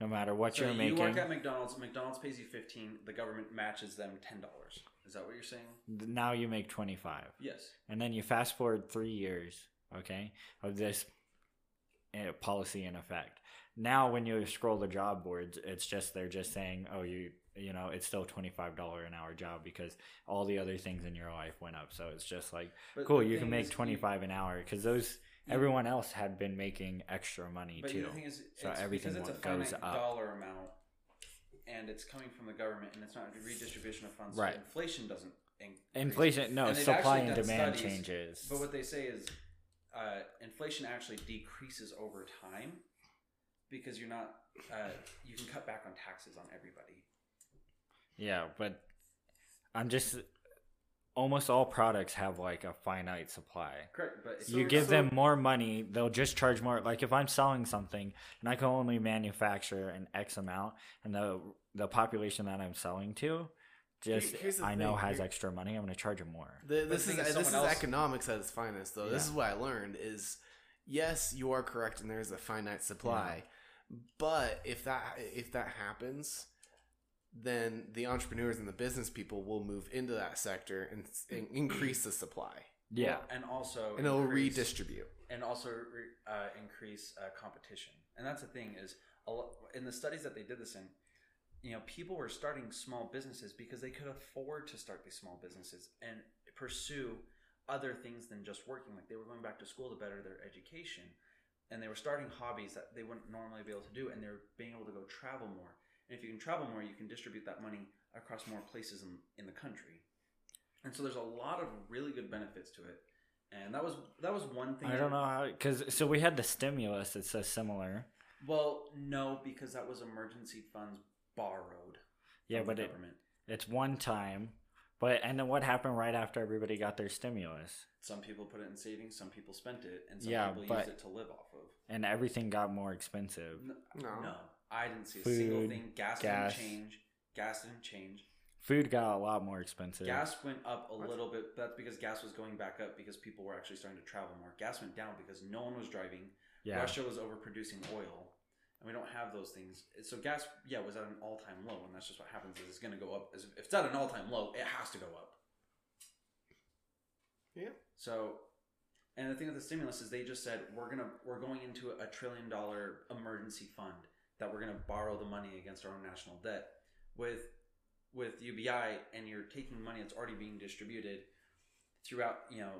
no matter what
So
you're
you
making.
work at McDonald's. McDonald's pays you fifteen. The government matches them ten dollars. Is that what you're saying?
now you make twenty five.
Yes.
And then you fast forward three years, okay, of this uh, policy in effect. Now, when you scroll the job boards, it's just they're just saying, "Oh, you, you know, it's still twenty five dollar an hour job because all the other things in your life went up." So it's just like,
But
cool,
the
you can
thing
make
is, you-
twenty five an hour because those
you-
everyone else had been making extra money
But
too.
the thing is,
so
it's
everything
because it's a
goes
finite
up.
dollar amount, and it's coming from the government, and it's not a redistribution of funds.
Right.
So inflation doesn't. in- increase.
Inflation, no,
And they've
supply
actually
and
done
demand
studies,
changes.
But what they say is, uh, inflation actually decreases over time because you're not. Uh, you can cut back on taxes on everybody.
Yeah, but I'm just almost all products have like a finite supply.
Correct, but if
you give them more money, they'll just charge more. Like if I'm selling something and I can only manufacture an X amount, and the the population that I'm selling to, just
here's the
I know
thing,
has
here-
extra money, I'm going to charge them more.
The, this
the
is,
thing is
this is
someone else-
economics at its finest, though. This is
Yeah.
what I learned: is yes, you are correct, and there is a finite supply. But if that if that happens, then the entrepreneurs and the business people will move into that sector and, s-
Mm-hmm.
and increase the supply,
Yeah,
and
Oh,
also
and it'll
increase-
redistribute.
and also re- uh, increase uh, competition. And that's the thing is, a lo- in the studies that they did this in, you know, people were starting small businesses because they could afford to start these small businesses and pursue other things than just working. Like they were going back to school to better their education, and they were starting hobbies that they wouldn't normally be able to do, and they were being able to go travel more. And if you can travel more, you can distribute that money across more places in, in the country. And so there's a lot of really good benefits to it. And that was that was one thing.
I
that-
don't know how because so we had the stimulus that's so similar.
well, no, because that was emergency funds borrowed.
Yeah,
from the
but it,
government.
it's one time. But and then what happened right after everybody got their stimulus?
Some people put it in savings, some people spent it, and some
Yeah,
people
but-
used it to live off of.
and everything got more expensive.
No,
No.
no, I didn't see a single
Food,
thing. Gas,
gas.
didn't change. Gas didn't change.
Food got a lot more expensive.
Gas went up a little bit. That's because gas was going back up because people were actually starting to travel more. Gas went down because no one was driving.
yeah.
Russia was overproducing oil, and we don't have those things. So gas, yeah, was at an all-time low, and that's just what happens. Is it's going to go up. As- If it's at an all-time low, it has to go up.
Yeah.
So, and the thing with the stimulus is they just said we're gonna we're going into a trillion dollar emergency fund that we're gonna borrow the money against our own national debt with with UBI, and you're taking money that's already being distributed throughout you know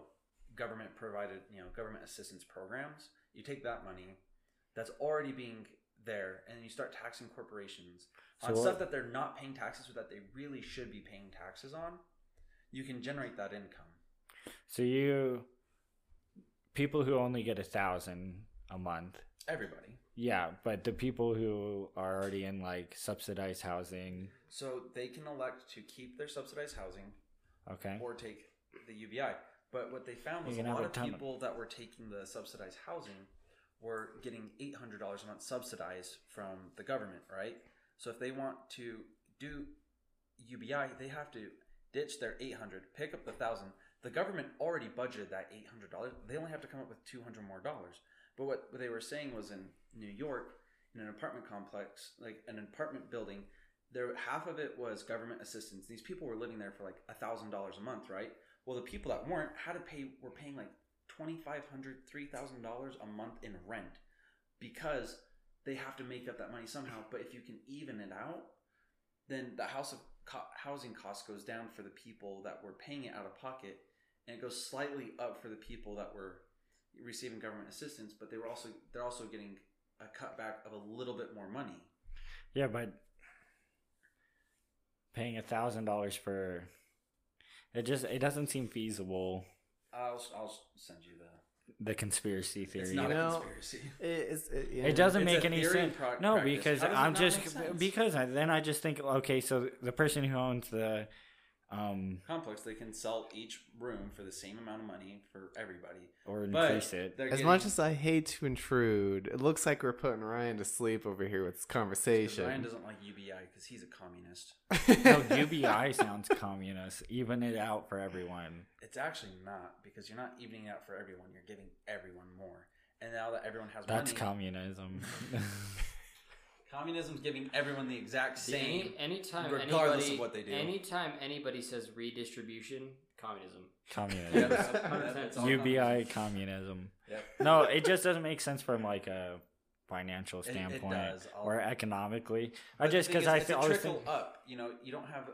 government provided you know government assistance programs. You take that money that's already being there, and you start taxing corporations on
So what-
stuff that they're not paying taxes or that they really should be paying taxes on you can generate that income.
So you people who only get a thousand a month.
Everybody.
Yeah, but the people who are already in like subsidized housing,
So they can elect to keep their subsidized housing
okay.
or take the UBI. But what they found
You
was a
can have
lot
a
of
ton of-
people that were taking the subsidized housing were getting eight hundred dollars a month subsidized from the government, right? So if they want to do UBI, they have to ditch their eight hundred, pick up the thousand. The government already budgeted that eight hundred dollars. They only have to come up with two hundred more dollars. But what, what they were saying was in New York, in an apartment complex, like an apartment building, there half of it was government assistance. These people were living there for like a thousand dollars a month, right? Well, the people that weren't had to pay were paying like twenty five hundred, three thousand dollars a month in rent because they have to make up that money somehow. But if you can even it out, then the house of co- housing cost goes down for the people that were paying it out of pocket, and it goes slightly up for the people that were receiving government assistance. But they were also they're also getting a cutback of a little bit more money.
Yeah, but paying a thousand dollars for it just it doesn't seem feasible.
I'll I'll send you the.
The conspiracy theory.
It's not
You
a
know,
conspiracy.
It, it's, it, yeah.
It doesn't
It's
make
a
any
theory and
sense.
pro-
no,
practice.
because
How does it
I'm
not
just
make sense?
because I, then I just think okay, so the person who owns the um
complex, they can sell each room for the same amount of money for everybody.
or
But
increase it.
they're
As
getting-
much as I hate to intrude, it looks like we're putting Ryan to sleep over here with this
'cause
conversation.
Ryan doesn't like UBI because he's a communist.
no, UBI sounds communist. Even it out for everyone.
It's actually not because you're not evening it out for everyone. You're giving everyone more, and now that everyone has
That's
money, *laughs*
communism.
communism's giving everyone the exact
See,
same.
any, anytime
regardless
anybody,
of what they do.
Anytime anybody says redistribution, communism.
*laughs* Yeah,
communism.
that's- that's all
UBI
communism.
communism.
Yep.
No, it just doesn't make sense from like a financial
It- it
standpoint
does. I'll-
or economically.
But
I
the
just
thing
because
is,
I
it's a
th- always
trickle
think
up. You know, you don't have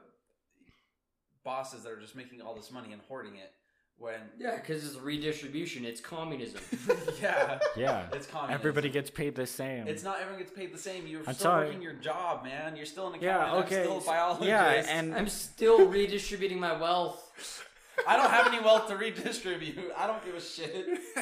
bosses that are just making all this money and hoarding it. When *laughs*
Yeah, because it's redistribution. It's communism.
*laughs*
yeah,
yeah,
it's communism.
everybody gets paid the same.
It's not everyone gets paid the same. You're
I'm
still
sorry.
working your job, man. You're still an accountant.
yeah, okay.
I'm still a
s-
biologist.
Yeah, and
I'm still redistributing my wealth.
I don't have any wealth to redistribute. *laughs* I don't give a shit.
*laughs*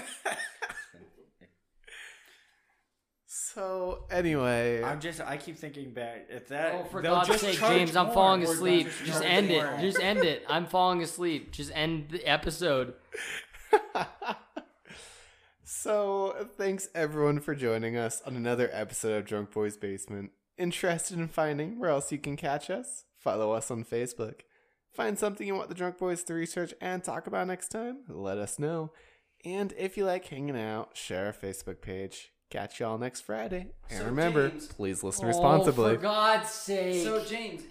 so, anyway,
I'm just I keep thinking back at that.
Oh, for
Uh, they'll
God's
just
sake,
charge
James, I'm
more.
falling
We're
asleep.
not
Just
charge
end it.
more.
Just end it. I'm falling asleep. Just end the episode.
*laughs* so thanks everyone for joining us on another episode of Drunk Boys Basement. Interested in finding where else you can catch us? Follow us on Facebook. Find something you want the Drunk Boys to research and talk about next time? Let us know. And if you like hanging out, share our Facebook page. Catch y'all next Friday. And
So,
remember,
James-
please listen
Oh,
responsibly.
for God's sake.
so, James,